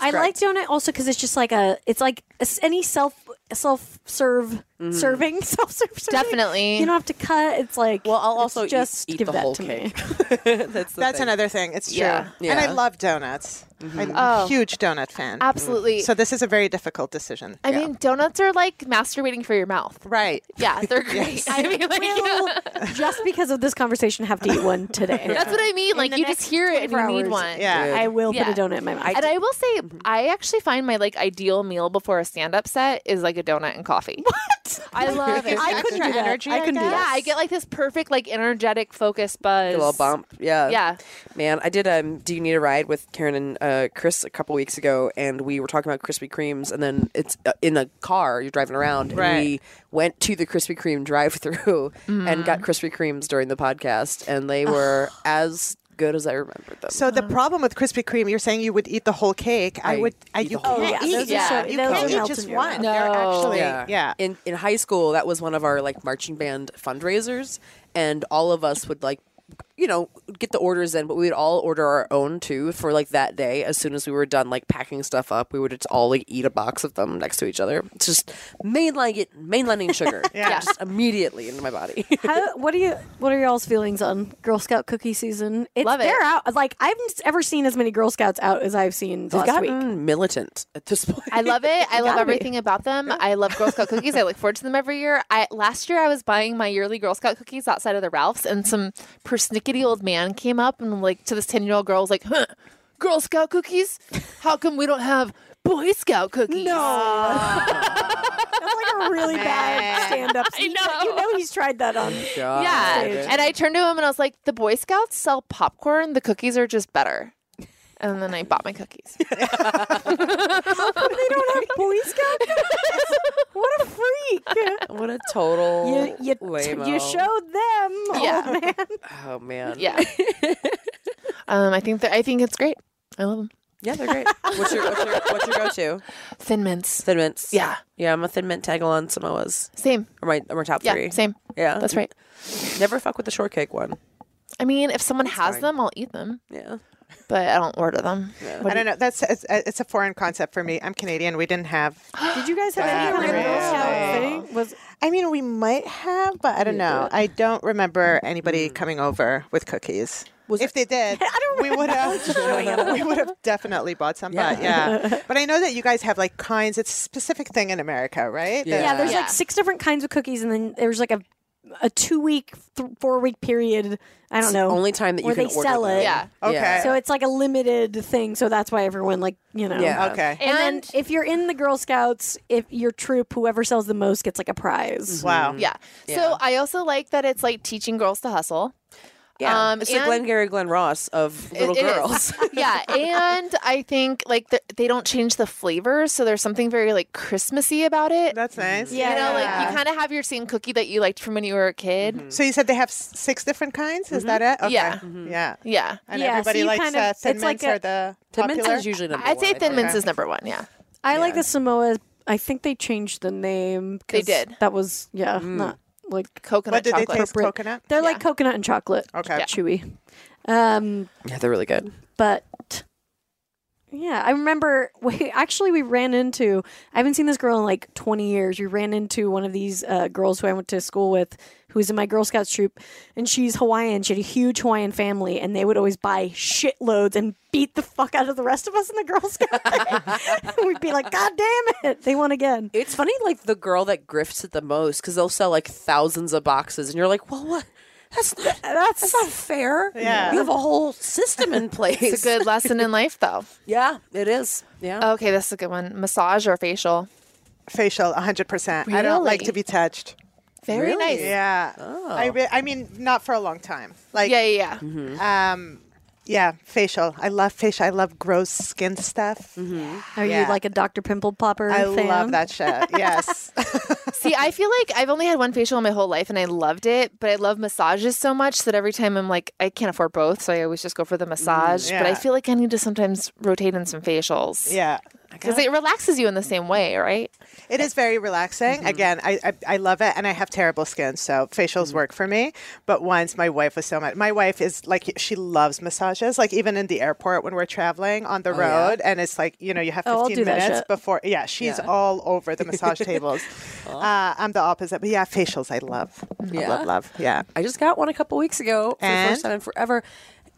I like donut also because it's just like a. It's like s- any self self serve serving self serve serving.
Definitely.
mm,
you don't have to cut. It's like
Well, I'll
it's
also eat-
just
eat,
give
the
that
whole
to
cake.
me.
That's, the
That's
thing.
another thing. It's true.
Yeah.
And I
Yeah.
love donuts. I'm
Oh.
a huge donut fan.
Absolutely.
So this is a very difficult decision.
I mean, donuts are like masturbating for your mouth.
Right.
Yeah, they're great. I mean, like,
Will, just because of this conversation, have to eat one today.
that's what I mean. Like,
the
you just
next
hear it and
24
you need
hours.
one.
Yeah.
I will
Yeah.
put a donut in my mouth.
And I will say, I actually find my like ideal meal before a stand-up set is like a donut and coffee. What? I love it.
I couldn't
Extra
do that.
energy,
I
I
couldn't do
guess.
Yeah,
that.
I get like this perfect, like energetic, focus buzz.
a little bump. Yeah.
Yeah.
Man, I did um Do You Need a Ride with Karen and uh, Chris a couple weeks ago and we were talking about Krispy Kremes and then it's uh, in a car, you're driving around
Right.
and we went to the Krispy Kreme drive through and got Krispy Kremes during the podcast and they were as good as I remembered them.
So the
uh,
problem with Krispy Kreme, you're saying you would eat the whole cake. I,
I
would. I,
eat the
you
whole
can't
cake. Oh, yeah,
eat.
those are
Yeah.
so- those
You can't
melt
eat
in
just
your
one.
mouth.
They're
No.
actually.
Yeah.
Yeah.
In in high school, that was one of our like marching band fundraisers, and all of us would like, you know, get the orders in, but we would all order our own too for like that day. As soon as we were done like packing stuff up, we would just all like eat a box of them next to each other. It's just mainlining it, mainlining sugar,
Yeah.
just immediately into my body.
How, what do you? What are y'all's feelings on Girl Scout cookie season? It's,
Love it.
They're out. Like I've n- ever seen as many Girl Scouts out as I've seen the
I've
last
gotten
week.
militant at this point.
I love it. I love everything about them. I love Girl Scout cookies. I look forward to them every year. I last year I was buying my yearly Girl Scout cookies outside of the Ralphs, and some persnickety old man came up and like to this ten year old girl was like, "Huh, Girl Scout cookies? How come we don't have Boy Scout cookies?" No,
That's like a really bad stand-up. I
know.
You know he's tried that on.
God.
yeah. And I turned to him and I was like, "The Boy Scouts sell popcorn. The cookies are just better." And then I bought my cookies.
They don't have Boy Scout cookies. what a freak!
What a total
You you,
lame-o.
you showed them.
Yeah.
old man.
Oh man.
Yeah. um, I think that I think it's great. I love them.
Yeah, they're great. what's your what's your, what's your go to?
Thin mints.
Thin mints.
Yeah.
Yeah, I'm a thin mint tag along Samoa's.
Same.
Or my or my top
Yeah.
three.
Same.
Yeah.
That's right.
Never fuck with the shortcake one.
I mean, if someone has them, I'll eat them,
Yeah.
but I don't order them. What
I
do
don't know. That's it's, uh, it's a foreign concept for me. I'm Canadian. We didn't have.
Did you guys have any kind of Girl Scout thing? Was
I mean, we might have, but I don't know. I don't remember anybody coming over with cookies. if they did, we would have we would have definitely bought some. But yeah, but I know that you guys have like kinds. It's a specific thing in America, right?
Yeah.
yeah, there's
Yeah.
like six different kinds of cookies, and then there's like a a two week, th- four week period. I don't know.
Only time that you
Where
can
they
order
sell
them.
it.
Yeah.
Okay.
so it's like a limited thing. So that's why everyone like you know.
Yeah.
okay.
And, then
And-
if you're in the Girl Scouts, if your troop, whoever sells the most gets like a prize.
Wow.
you- Yeah. So I also like that it's like teaching girls to hustle.
Yeah.
Um,
it's the
and-
Glengarry Glen Ross of little
It- it is.
girls.
yeah, and I think like the, they don't change the flavors, so there's something very like Christmassy about it.
That's nice.
Yeah.
you know, like you kind of have your same cookie that you liked from when you were a kid.
So you said they have s- six different kinds. Is that it? Okay.
Yeah.
Yeah.
Yeah.
And
Yeah, so
everybody
you
likes
kind of-
uh, thin
it's like
mints
a-
are the
Thin
popular.
mints is usually number
I'd
one,
say
I
Thin
think.
Mints is number one. Yeah.
I like the Samoa. I think they changed the name. 'cause
They did. Mm.
That was yeah, not like
Coconut
What did they
chocolate.
taste? Coconut.
they're like coconut and chocolate.
Okay.
Yeah.
chewy. Um,
Yeah, they're really good.
but yeah, I remember. We actually we ran into. I haven't seen this girl in like twenty years. We ran into one of these uh, girls who I went to school with, who was in my Girl Scouts troop, and she's Hawaiian. She had a huge Hawaiian family, and they would always buy shitloads and beat the fuck out of the rest of us in the Girl Scout. thing. And We'd be like, God damn it, they won again.
It's funny, like the girl that grifts it the most, because they'll sell like thousands of boxes, and you're like, well, what? That's not that's, not fair.
Yeah.
you have a whole system in place.
It's a good lesson in life, though.
Yeah, it is. Yeah,
Okay, this is a good one. Massage or facial?
Facial, 100%. I don't like
Really?
to be touched.
Very nice.
Yeah. I, re- I mean, not for a long time. Like,
Yeah, yeah, yeah.
um, yeah, facial. I love facial. I love gross skin stuff.
Are you
Yeah.
like a Dr. Pimple Popper?
I
fan?
love that shit. Yes.
See, I feel like I've only had one facial in my whole life and I loved it, but I love massages so much that every time I'm like, I can't afford both, so I always just go for the massage. But I
Mm-hmm. yeah.
feel like I need to sometimes rotate in some facials.
yeah.
because it relaxes you in the same way, right?
It is very relaxing.
Mm-hmm.
Again, I, I I love it, and I have terrible skin, so facials
Mm-hmm.
work for me. But once my wife was so much. My wife is like she loves massages. Like even in the airport when we're traveling on the road, and it's like you know you have
Oh, I'll
15
do that
minutes
shit.
before. Yeah, she's all over the massage tables. Uh, I'm the opposite, but yeah, facials I love. I
Yeah?
love love. Yeah.
I just got one a couple weeks ago for the
And?
first time in forever.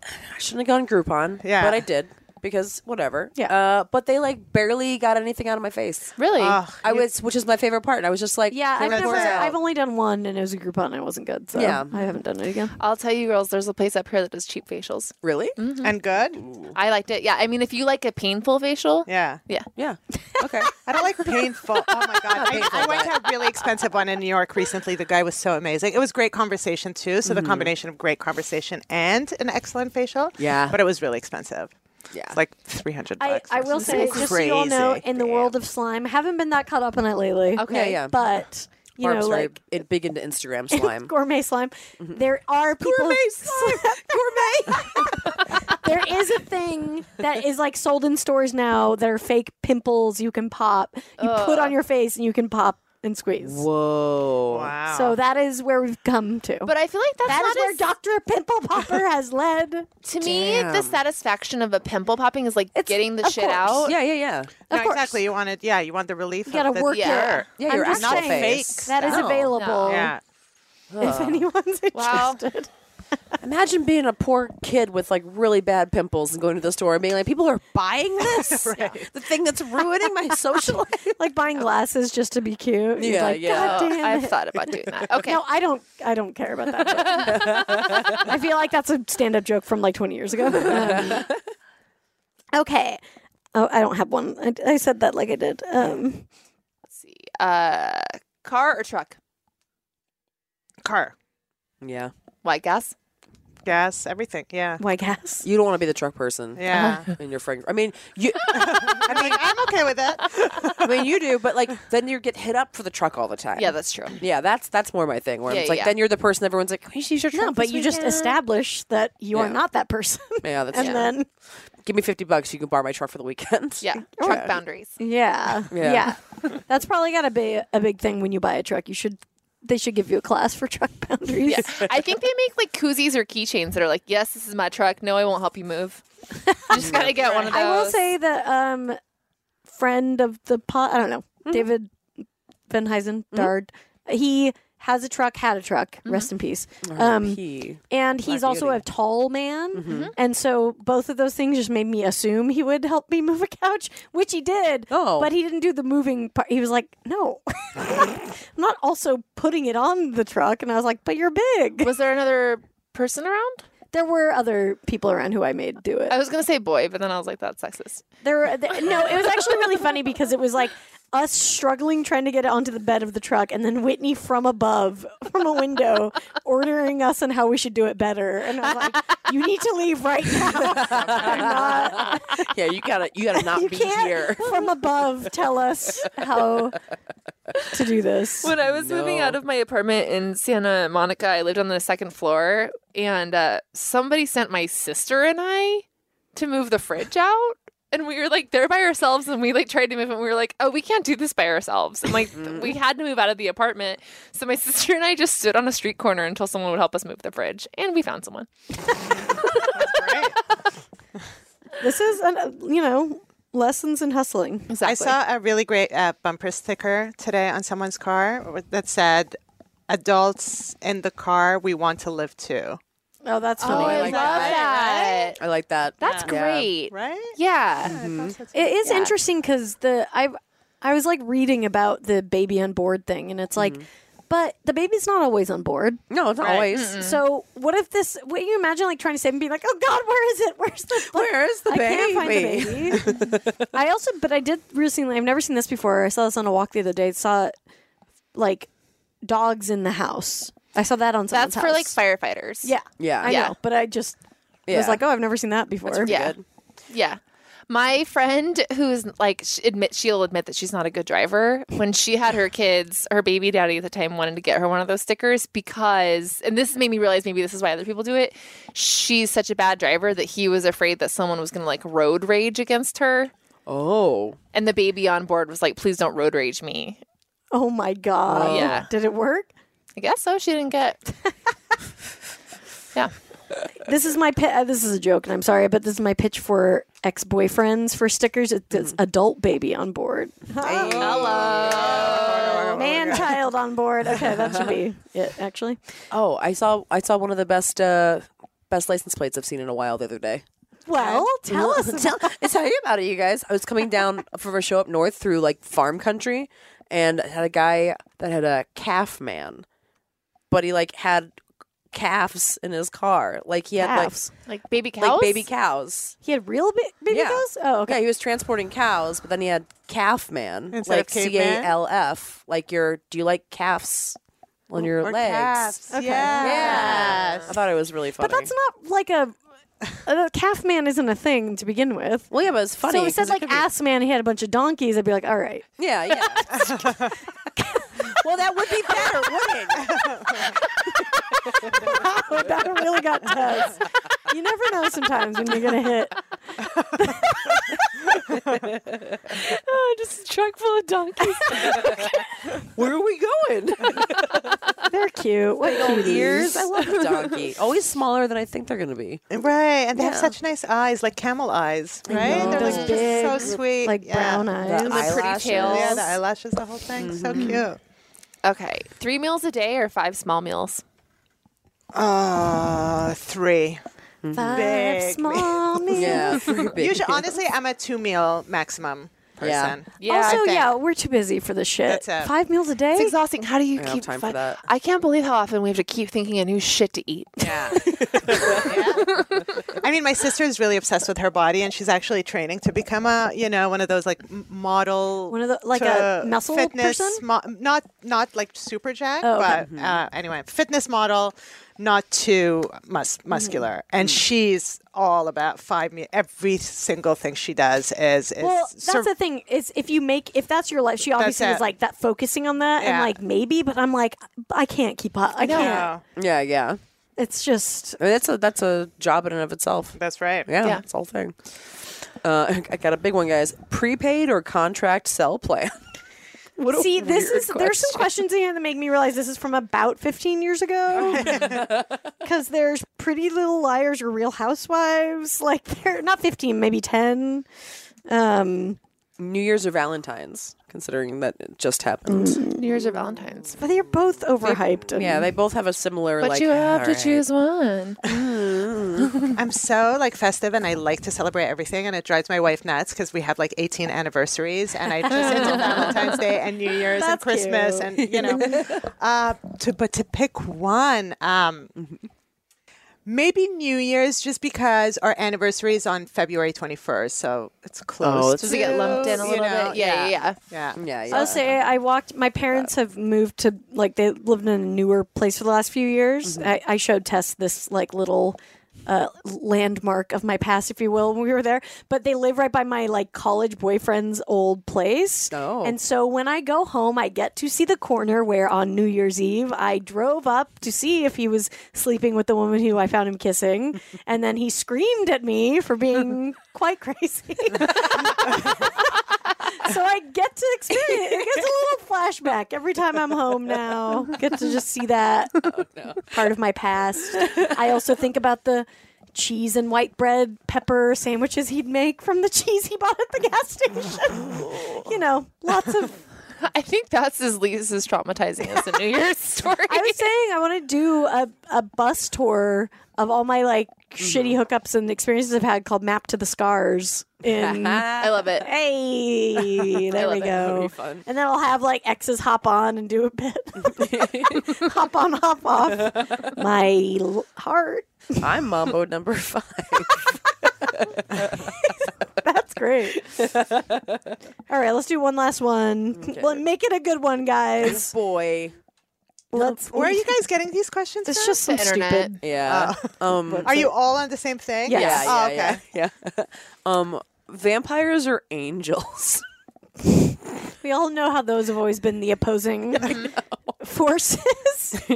I shouldn't have gone Groupon,
Yeah.
but I did because whatever.
Yeah.
Uh, but they like barely got anything out of my face.
Really?
Ugh.
I was, which is my favorite part. I was just like,
Yeah, I've
"Get
never.
this out."
I've only done one, and it was a Groupon, and it wasn't good. So
Yeah.
I haven't done it again.
I'll tell you, girls. There's a place up here that does cheap facials.
really.
Mm-hmm.
And good.
I liked it. Yeah, I mean, if you like a painful facial,
Yeah.
Yeah. Okay.
I don't like painful. Oh my god! I, I went to a really expensive one in New York recently. The guy was so amazing. It was great conversation too. So the combination of great conversation and an excellent facial.
Yeah.
but it was really expensive.
Yeah.
It's like three hundred
I,
bucks.
I will say, just so you all know, in the world of slime, haven't been that caught up in it lately.
Okay. Yeah, yeah.
But you
Barb's
know,
very
like
it big into Instagram slime.
gourmet slime, there are people.
gourmet.
there is a thing that is like sold in stores now that are fake pimples you can pop. You put on your face and you can pop and squeeze.
Whoa.
Wow.
So that is where we've come to.
but I feel like that's
that
not
is where
as-
Doctor Pimple Popper has led.
to me the
Damn.
satisfaction of a pimple popping is like
It's-
getting the
of
shit
course.
out.
Yeah, yeah, yeah.
No,
Of course.
exactly. You wanted, yeah, you want the relief.
You gotta
of the,
work
Yeah.
it.
Yeah,
I'm
your
just
actual
saying,
face.
That is
No.
available.
Yeah.
If anyone's
Wow.
interested.
Imagine being a poor kid with like really bad pimples and going to the store and being like, people are buying this? The thing that's ruining my social life.
Like buying glasses just to be cute. You're
Yeah,
like,
yeah.
God
Oh,
damn
I've
it."
thought about doing that. Okay.
No, I don't. I don't care about that. but- I feel like that's a stand-up joke from like 20 years ago. Um, okay. Oh, I don't have one. I, I said that like I did. Um,
Let's see. Uh, car or truck?
Car,
Yeah.
White gas.
gas, everything. Yeah.
why gas?
You don't want to be the truck person.
Yeah.
And your friend, I mean, you,
I mean, I'm okay with it.
I mean, you do, but like, then you get hit up for the truck all the time.
Yeah, that's true.
yeah, that's that's more my thing. Where
Yeah,
it's like,
yeah.
then you're the person everyone's like, can you use your truck?
No, but
this
you just
weekend?"
establish that you are
Yeah.
not that person,
yeah, that's
and then
give me fifty bucks, you can borrow my truck for the weekend.
Yeah, truck boundaries.
yeah, yeah,
Yeah.
that's probably got to be a big thing when you buy a truck. You should. They should give you a class for truck boundaries.
I think they make like koozies or keychains that are like, yes, this is my truck. No, I won't help you move. You just gotta get one of those.
I will say that um, friend of the pot, I don't know, David Van Huysen Dard, he has a truck, had a truck, rest in peace. Um,
He-
and he's also a tall man, and so both of those things just made me assume he would help me move a couch, which he did.
Oh.
but he didn't do the moving part. He was like, "No, I'm not also putting it on the truck," and I was like, "But you're big."
was there another person around?
There were other people around who I made do it.
I was gonna say boy, but then I was like, that's sexist.
There, were- th- no, it was actually really funny because it was like us struggling trying to get it onto the bed of the truck, and then Whitney from above, from a window, ordering us on how we should do it better. And I was like, "You need to leave right now. I'm not-
yeah, you gotta you gotta not
you
be
can't
here.
from above tell us how to do this."
When I was moving out of my apartment in Santa Monica, I lived on the second floor, and uh, somebody sent my sister and I to move the fridge out. And we were like there by ourselves, and we like tried to move, it, and we were like, "Oh, we can't do this by ourselves." And like we had to move out of the apartment, so my sister and I just stood on a street corner until someone would help us move the fridge, and we found someone.
This is, an, uh, you know, lessons in hustling.
Exactly.
I saw a really great uh, bumper sticker today on someone's car with- that said, "Adults in the car, we want to live too."
Oh, that's
Oh,
funny.
I love
Like,
that.
I like that.
That's
Yeah.
great. Mm-hmm.
Right?
Yeah.
It is interesting because the I I was like reading about the baby on board thing, and it's like,
Mm-hmm.
but the baby's not always on board.
No, it's not always.
Mm.
Mm.
So what if this? What you imagine like trying to save and be like, oh God, where is it? Where's the
Where is the
I
baby?"
can't find the baby. I also, but I did recently. I've never seen this before. I saw this on a walk the other day. Saw like dogs in the house. I saw that on someone's
That's for like
house.
firefighters.
Yeah,
Yeah.
I
Yeah.
know, but I just I was
Yeah.
like, oh, I've never seen that before.
yeah. Yeah. My friend who's like sh- admit she'll admit that she's not a good driver. When she had her kids, her baby daddy at the time wanted to get her one of those stickers because and this made me realize maybe this is why other people do it. She's such a bad driver that he was afraid that someone was going to like road rage against her.
Oh.
And the baby on board was like, please don't road rage me.
Oh my god.
Yeah.
Did it work?
I guess so. She didn't get. yeah.
This is my pi- uh, this is a joke, and I'm sorry, but this is my pitch for ex boyfriends for stickers. It's, it's
Mm-hmm.
adult baby on board,
Hello.
man child on board. Okay, that should be it actually.
Oh, I saw I saw one of the best uh, best license plates I've seen in a while the other day.
Well, tell us.
tell, I tell you about it, you guys. I was coming down from a show up north through like farm country, and I had a guy that had a calf man, but he like had calves in his car. Like he had
Calves?
Like baby cows?
like like baby cows.
He had real ba- baby
Yeah.
cows. Oh, okay.
Okay, he was transporting cows, but then he had calf man,
Instead of
like C
caveman?
A L F. Like your do you like calves on your
Or
legs?
calves.
Okay.
Yeah, I thought it was really funny.
But that's not like a, a calf man isn't a thing to begin with.
well, yeah, but it's funny.
so he
'cause
said
it
like
could be-
ass man. He had a bunch of donkeys. I'd be like, all right.
Yeah, yeah. well, that would be better, wouldn't it?
Oh, that really got tough. You never know sometimes when you're gonna hit. oh, just a truck full of donkeys.
Where are we going?
They're cute. What cuties.
Ears. I love a donkey. Always smaller than I think they're going to be.
Right, and they have such nice eyes, like camel eyes, right?
know.
They're
Those
like
big,
just so sweet,
Like
yeah.
brown eyes.
the pretty tails.
Yeah, the eyelashes, the whole thing, so cute.
Okay. Three meals a day or five small meals?
Uh, three.
Five
Big.
small meals.
Yeah, pretty big.
Usually, honestly, I'm a two meal maximum
Yeah.
person.
Yeah.
also,
think.
yeah, we're too busy for this shit.
That's it.
Five meals a day.
It's exhausting. How do you
Eh, don't have
keep
time
fi-
for that.
I can't believe how often we have to keep thinking of new shit to eat.
Yeah. I mean, my sister is really obsessed with her body, and she's actually training to become a, you know, one of those like m- model,
One of the- like
to
a muscle
fitness
person?
mo- not not like super jack,
Oh, okay.
but uh, anyway, fitness model, not too mus-
Mm-hmm.
muscular. And she's all about five. Me- every single thing she does is is
well, that's
sur-
the thing is if you make if that's your life, she obviously
it.
was like that focusing on that and
Yeah.
like maybe, but I'm like I can't keep up. I can't.
Yeah,
Yeah, yeah. I
It's just
mean, that's a that's a job in and of itself.
that's right.
Yeah,
Yeah.
it's whole thing. Uh, I got a big one, guys. Prepaid or contract cell plan? what a
See, this
weird
is there's some questions in here that make me realize this is from about 15 years ago. Because there's Pretty Little Liars or Real Housewives, like they're not 15, maybe 10. Um,
New Year's or Valentine's, considering that it just happened.
New Year's or Valentine's?
but they're both overhyped. and-
Yeah, they both have a similar.
But
like,
you have
all
to
right.
choose one.
I'm so like festive and I like to celebrate everything and it drives my wife nuts because we have like 18 anniversaries and I just into Valentine's Day and New Year's and
That's
Christmas
cute.
and you know. Uh, to, but to pick one, um, maybe New Year's just because our anniversary is on February 21st, so it's close.
it's-
Does it get lumped in a
you
little
know,
bit? Yeah, Mm. yeah, yeah.
yeah.
Yeah, yeah.
I'll say I walked. My parents have moved to like they lived in a newer place for the last few years.
Mm-hmm.
I, I showed Tess this like little uh, landmark of my past, if you will, when we were there. But they live right by my like college boyfriend's old place.
Oh.
and so when I go home, I get to see the corner where on New Year's Eve I drove up to see if he was sleeping with the woman who I found him kissing, and then he screamed at me for being quite crazy. So I get to experience. It gets a little flashback every time I'm home now. Get to just see that part of my past. I also think about the cheese and white bread pepper sandwiches he'd make from the cheese he bought at the gas station. you know, lots of.
I think that's as least as traumatizing as the New Year's story.
I was saying I want to do a, a bus tour of all my like shitty hookups and experiences I've had called Map to the Scars in
I love it.
Hey, there we
love it. That
go.
would be fun.
And then I'll have like exes hop on and do a bit. hop on, hop off. My l- heart.
I'm Mambo number five.
That's great. All right, let's do one last one. Well, make it a good one, guys.
Boy.
Let's.
Where are you guys getting these questions?
It's
from?
just some
The internet.
stupid.
Yeah. um.
Are you all on the same thing?
Yeah.
Yes.
Oh,
Yeah.
okay.
Yeah. yeah. um. Vampires or angels?
We all know how those have always been the opposing forces?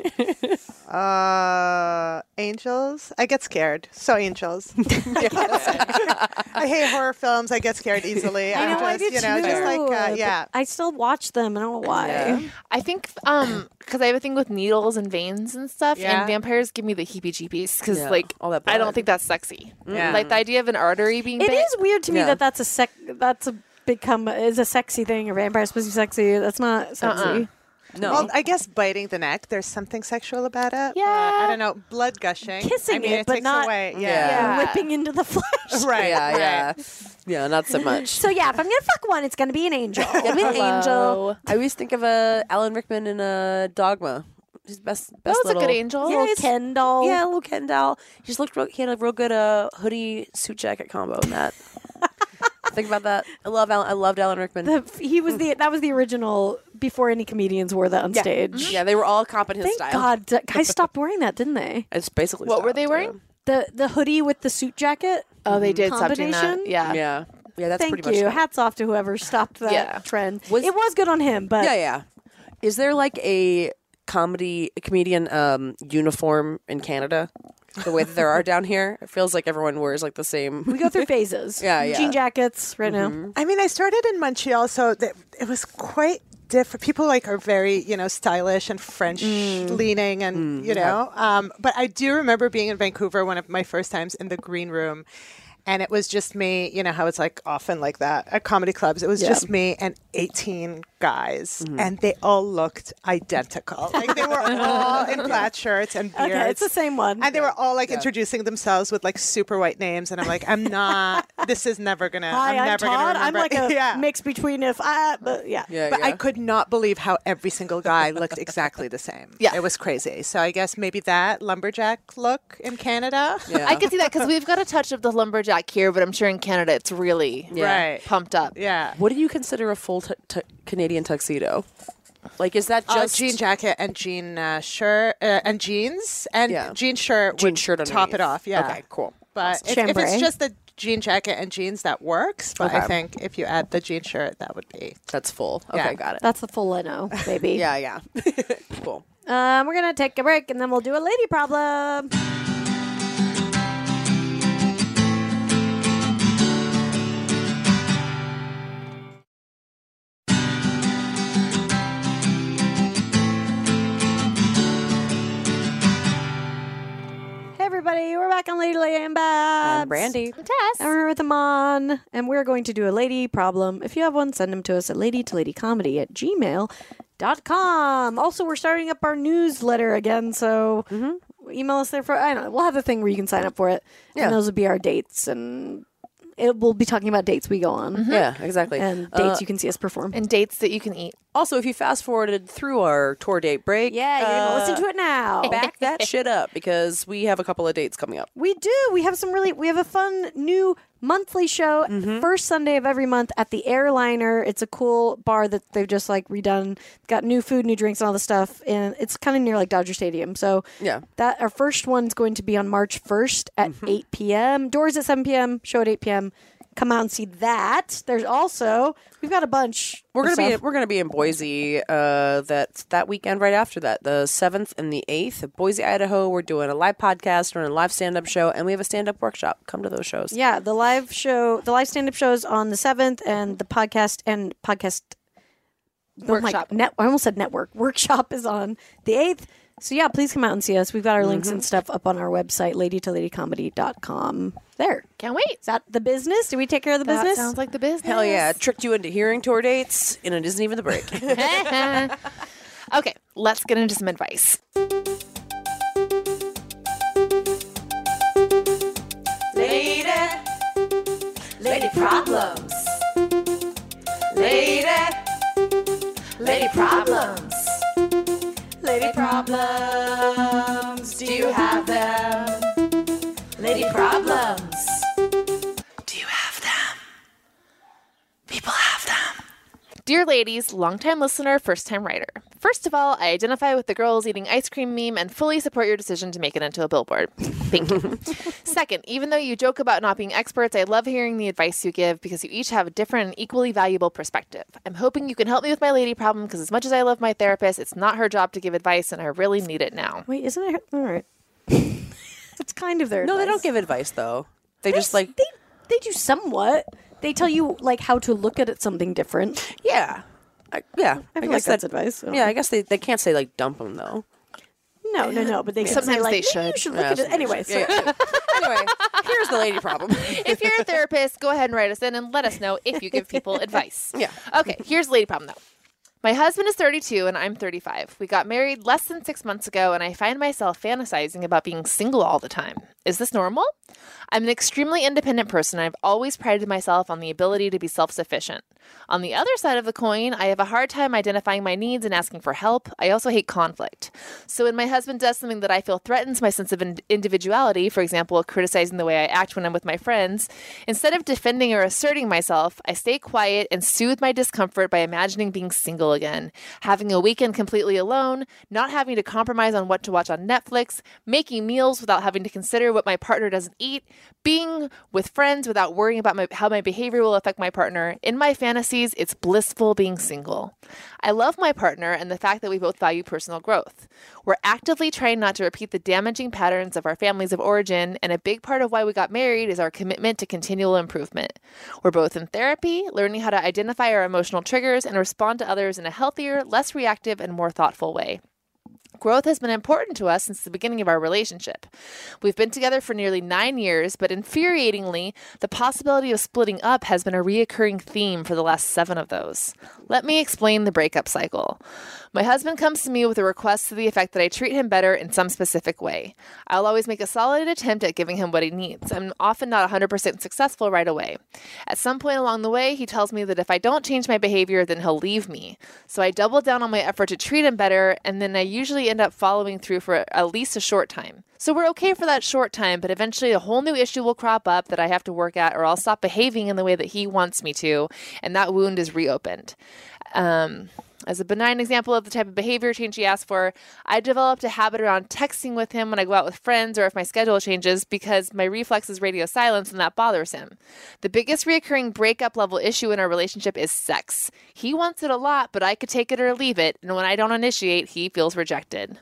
Uh, angels. I get scared. So angels. I, get scared. I hate horror films. I get scared easily.
I know
am
I do
just, you know,
too.
just like uh,
but
yeah.
I still watch them. I don't know why.
I think um because I have a thing with needles and veins and stuff,
Yeah.
and vampires give me the heebie-jeebies because
Yeah,
like
all that
I don't
blood. Mm.
think that's sexy.
Yeah.
Like the idea of an artery being
It
bit,
is weird to me
Yeah.
that that's a sec. That's a become is a sexy thing. A vampire's supposed to be sexy. That's not sexy.
Uh-uh.
No.
Well, I guess biting the neck. There's something sexual about it. but
Yeah.
I don't know. Blood gushing. I
Kissing
mean,
it,
it,
but
takes
not-
away.
Yeah.
Yeah,
Yeah.
whipping into the flesh.
Right.
yeah,
right.
yeah, yeah. Not so much.
So yeah, if I'm gonna fuck one, it's gonna be an angel. Give me an angel.
Hello.
I always think of uh, Alan Rickman in uh, Dogma. His best, best
That was
little,
a good angel.
Yeah, it's Ken doll.
Yeah, little Ken doll. He just looked. Real, he had a real good uh, hoodie suit jacket combo in that. Think about that. I love. Alan, I loved Alan Rickman.
The, he was the that was the original before any comedians wore that on stage.
Mm-hmm.
yeah, they were all cop in his
Thank
style.
God, d- guys stopped wearing that, didn't they?
It's basically
What were
style,
they wearing?
The the hoodie with the suit jacket.
Oh, they did stop doing that.
Combination?
Yeah,
Yeah.
yeah. Yeah, That's
Thank
pretty
you.
much. it.
Hats off to whoever stopped that
Yeah.
trend.
Was-
it was good on him, but
yeah, yeah. Is there like a comedy a comedian um, uniform in Canada? The way that there are down here, it feels like everyone wears like the same.
we go through phases.
Yeah, Mm-hmm. yeah.
Jean jackets right now.
I mean, I started in Montreal, so that it was quite different. People like are very, you know, stylish and French
Mm.
leaning, and you know. Um, but I do remember being in Vancouver one of my first times in the green room, and it was just me. You know how it's like often like that at comedy clubs. It was just me and eighteen guys,
Mm-hmm.
and they all looked identical. Like they were all in plaid shirts and beards.
Okay, it's the same one.
And they were all like introducing themselves with like super white names, and I'm like, I'm not. this is never gonna.
Hi, I'm,
I'm never gonna
Todd. I'm
remember.
like a
yeah.
mix between if I, but yeah.
Yeah,
But I
yeah.
could not believe how every single guy looked exactly the same.
Yeah.
it was crazy. So I guess maybe that lumberjack look in Canada.
Yeah.
I can see that because we've got a touch of the lumberjack here, but I'm sure in Canada it's really
Yeah.
Right.
pumped up.
Yeah.
What do you consider a full tu- tu- Canadian tuxedo? Like, is that
Uh,
just
jean jacket and jean uh, shirt uh, and jeans and
Yeah.
jean shirt
jean
would
shirt
top it
underneath?
off. Yeah.
Okay, cool.
But if, if
Chambray.
it's just the jean jacket and jeans, that works. But I
Okay.
think if you add the jean shirt, that would be
That's full. Okay,
Yeah.
got it.
That's the full Leno, baby.
Yeah, yeah. cool.
Um, we're gonna take a break and then we'll do a lady problem. Hey everybody, we're back on Lady Lady and Babs.
I'm Brandy.
And we're with Amon, and we're going to do a lady problem. If you have one, send them to us at lady to lady comedy at gmail.com. Also, we're starting up our newsletter again, so email us there for I don't know. We'll have a thing where you can sign up for it.
Mm-hmm. Yeah.
And those will be our dates and it we'll be talking about dates we go on.
Yeah, exactly.
And dates
Mm-hmm. Uh,
you can see us perform.
And dates that you can eat.
also, if you fast forwarded through our tour date break,
yeah, you're gonna
uh,
listen to it now.
back that shit up because we have a couple of dates coming up.
We do. We have some really. We have a fun new monthly show,
Mm-hmm.
first Sunday of every month at the Airliner. It's a cool bar that they've just like redone. Got new food, new drinks, and all the stuff, and it's kind of near like Dodger Stadium. So
Yeah. Mm-hmm.
that our first one's going to be on March first at eight p.m. Doors at seven p.m. Show at eight p.m. Come out and see that. There's also we've got a bunch.
We're
of
gonna be
stuff.
we're gonna be in Boise uh, that that weekend right after that the seventh and the eighth Boise Idaho we're doing a live podcast we're doing a live stand up show and we have a stand up workshop come to those shows
Yeah, the live show, the live stand up shows on the 7th and the podcast and podcast oh my-
Workshop.
net, I almost said network. Workshop is on the 8th. So yeah, please come out and see us. We've got our links and stuff up on our website ladytoladycomedy.com. There.
Can't wait.
Is that the business? Did we take care of the
That
business?
sounds like the business.
hell yeah tricked you into hearing tour dates and it isn't even the break
okay, let's get into some advice. Dear ladies, longtime listener, first time writer. First of all, I identify with the girls eating ice cream meme and fully support your decision to make it into a billboard. Thank you. Second, even though you joke about not being experts, I love hearing the advice you give because you each have a different and equally valuable perspective. I'm hoping you can help me with my lady problem because as much as I love my therapist, it's not her job to give advice and I really need it now.
Wait, isn't it? All right. it's kind of their.
No, they
advice.
don't give advice though. They just like
they they do somewhat. They tell you like how to look at it something different.
yeah, I, yeah.
I
I,
feel like
guess
that's
that,
advice.
Yeah, I guess they, they can't say like dump them though.
No, no, no. But they
Sometimes
say, like,
they
"Maybe You
should.
should look at it anyway. So,
Yeah, yeah. anyway, here's the lady problem.
if you're a therapist, go ahead and write us in and let us know if you give people advice.
Yeah.
Okay, here's the lady problem though. My husband is 32 and I'm 35. We got married less than six months ago, and I find myself fantasizing about being single all the time. Is this normal? I'm an extremely independent person. I've always prided myself on the ability to be self sufficient. On the other side of the coin, I have a hard time identifying my needs and asking for help. I also hate conflict. So when my husband does something that I feel threatens my sense of in- individuality, for example, criticizing the way I act when I'm with my friends, instead of defending or asserting myself, I stay quiet and soothe my discomfort by imagining being single again, having a weekend completely alone, not having to compromise on what to watch on Netflix, making meals without having to consider what my partner doesn't eat, being with friends without worrying about my, how my behavior will affect my partner. In my fantasies, it's blissful being single. I love my partner and the fact that we both value personal growth. We're actively trying not to repeat the damaging patterns of our families of origin, and a big part of why we got married is our commitment to continual improvement. We're both in therapy, learning how to identify our emotional triggers and respond to others in a healthier, less reactive, and more thoughtful way. Growth has been important to us since the beginning of our relationship. We've been together for nearly nine years, but infuriatingly, the possibility of splitting up has been a reoccurring theme for the last seven of those. Let me explain the breakup cycle. My husband comes to me with a request to the effect that I treat him better in some specific way. I'll always make a solid attempt at giving him what he needs. I'm often not 100% successful right away. At some point along the way, he tells me that if I don't change my behavior, then he'll leave me. So I double down on my effort to treat him better, and then I usually end up following through for at least a short time. So we're okay for that short time, but eventually a whole new issue will crop up that I have to work at, or I'll stop behaving in the way that he wants me to, and that wound is reopened. Um, as a benign example of the type of behavior change he asked for, I developed a habit around texting with him when I go out with friends or if my schedule changes because my reflex is radio silence and that bothers him. The biggest reoccurring breakup level issue in our relationship is sex. He wants it a lot, but I could take it or leave it, and when I don't initiate, he feels rejected.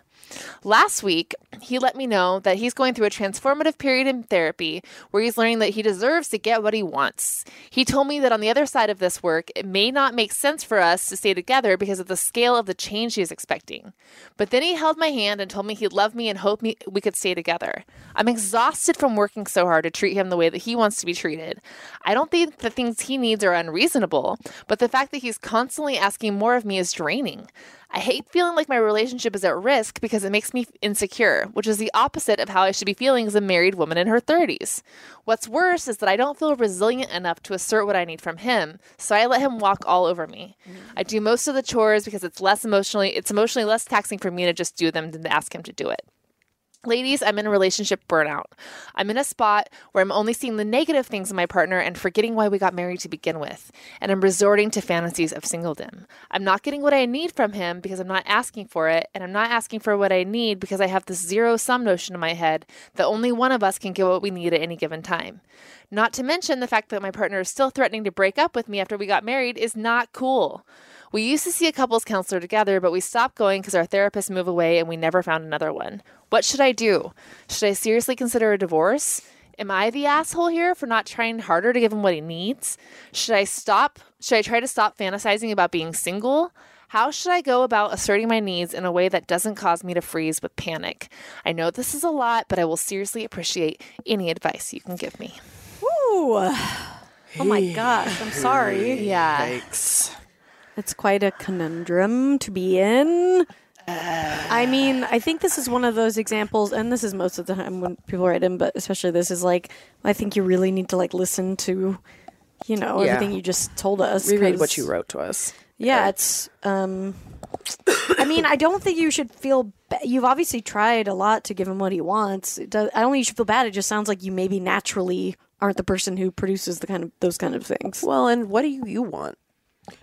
Last week, he let me know that he's going through a transformative period in therapy where he's learning that he deserves to get what he wants. He told me that on the other side of this work, it may not make sense for us to stay together because of the scale of the change he is expecting. But then he held my hand and told me he loved me and hoped me- we could stay together. I'm exhausted from working so hard to treat him the way that he wants to be treated. I don't think the things he needs are unreasonable, but the fact that he's constantly asking more of me is draining. I hate feeling like my relationship is at risk because it makes me insecure, which is the opposite of how I should be feeling as a married woman in her 30s. What's worse is that I don't feel resilient enough to assert what I need from him, so I let him walk all over me. I do most of the chores because it's less emotionally it's emotionally less taxing for me to just do them than to ask him to do it. Ladies, I'm in a relationship burnout. I'm in a spot where I'm only seeing the negative things in my partner and forgetting why we got married to begin with. And I'm resorting to fantasies of singledom. I'm not getting what I need from him because I'm not asking for it. And I'm not asking for what I need because I have this zero sum notion in my head that only one of us can get what we need at any given time. Not to mention the fact that my partner is still threatening to break up with me after we got married is not cool. We used to see a couples counselor together, but we stopped going because our therapists moved away and we never found another one. What should I do? Should I seriously consider a divorce? Am I the asshole here for not trying harder to give him what he needs? Should I stop? Should I try to stop fantasizing about being single? How should I go about asserting my needs in a way that doesn't cause me to freeze with panic? I know this is a lot, but I will seriously appreciate any advice you can give me.
Ooh. Oh my gosh, I'm sorry.
Yeah.
It's quite a conundrum to be in. I mean, I think this is one of those examples, and this is most of the time when people write in, but especially this is like, I think you really need to like listen to, you know,
Yeah.
everything you just told us.
Reread
'cause-
what you wrote to us.
Yeah, it's. Um, I mean, I don't think you should feel. Ba- You've obviously tried a lot to give him what he wants. It does, I don't think you should feel bad. It just sounds like you maybe naturally aren't the person who produces the kind of those kind of things.
Well, and what do you, you want?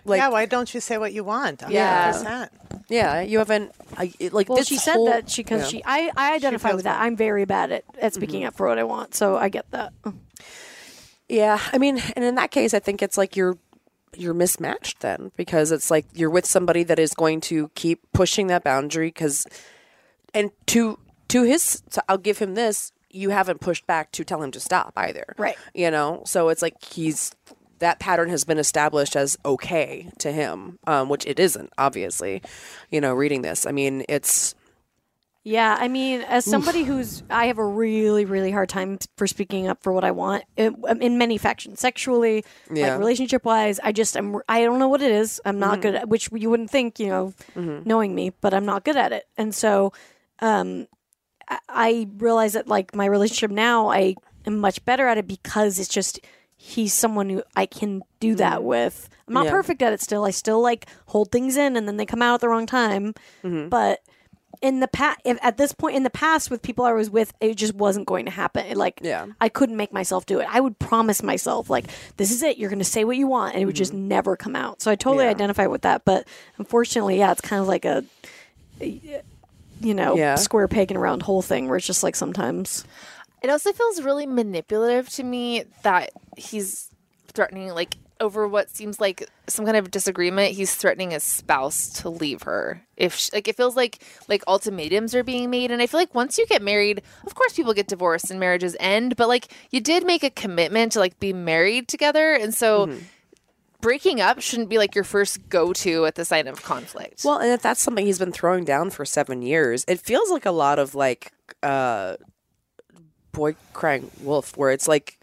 Like
yeah, why don't you say what you want?
Yeah.
100%.
Yeah, you haven't. I, it- like
Well,
this
she said
whole-
that she because
yeah.
she I, I identify with that. Mm-hmm. I'm very bad at, at speaking up for what I want, so I get that.
Yeah, I mean, and in that case, I think it's like you're you're mismatched then because it's like you're with somebody that is going to keep pushing that boundary because and to to his so I'll give him this you haven't pushed back to tell him to stop either
Right.
you know so it's like he's that pattern has been established as okay to him um, which it isn't obviously you know reading this I mean it's
Yeah, I mean, as somebody who's I have a really really hard time t- for speaking up for what I want in, um, in many factions, sexually,
Yeah.
like relationship wise. I just I'm I don't know what it is. I'm not
Mm-hmm.
good at which you wouldn't think, you know, knowing me, but I'm not good at it. And so, um, I, I realize that like my relationship now, I am much better at it because it's just he's someone who I can do that with. I'm not
Mm-hmm. Yeah.
perfect at it still. I still like hold things in and then they come out at the wrong time,
Mm-hmm.
but in the past at this point in the past with people i was with it just wasn't going to happen It, like
Yeah.
i couldn't make myself do it i would promise myself like this is it you're going to say what you want and it would just never come out so i totally
Mm-hmm. Yeah.
identify with that but unfortunately yeah it's kind of like a you know
Yeah.
square peg in a round hole thing where it's just like sometimes
It also feels really manipulative to me that he's threatening, like, over what seems like some kind of disagreement. He's threatening his spouse to leave her. If sh like, it feels like like ultimatums are being made, and I feel like once you get married, of course, people get divorced and marriages end, but like, you did make a commitment to like be married together, and so. Breaking up shouldn't be like your first go to at the sign of conflict.
Well, and if that's something he's been throwing down for seven years, it feels like a lot of like uh, boy crying wolf, where it's like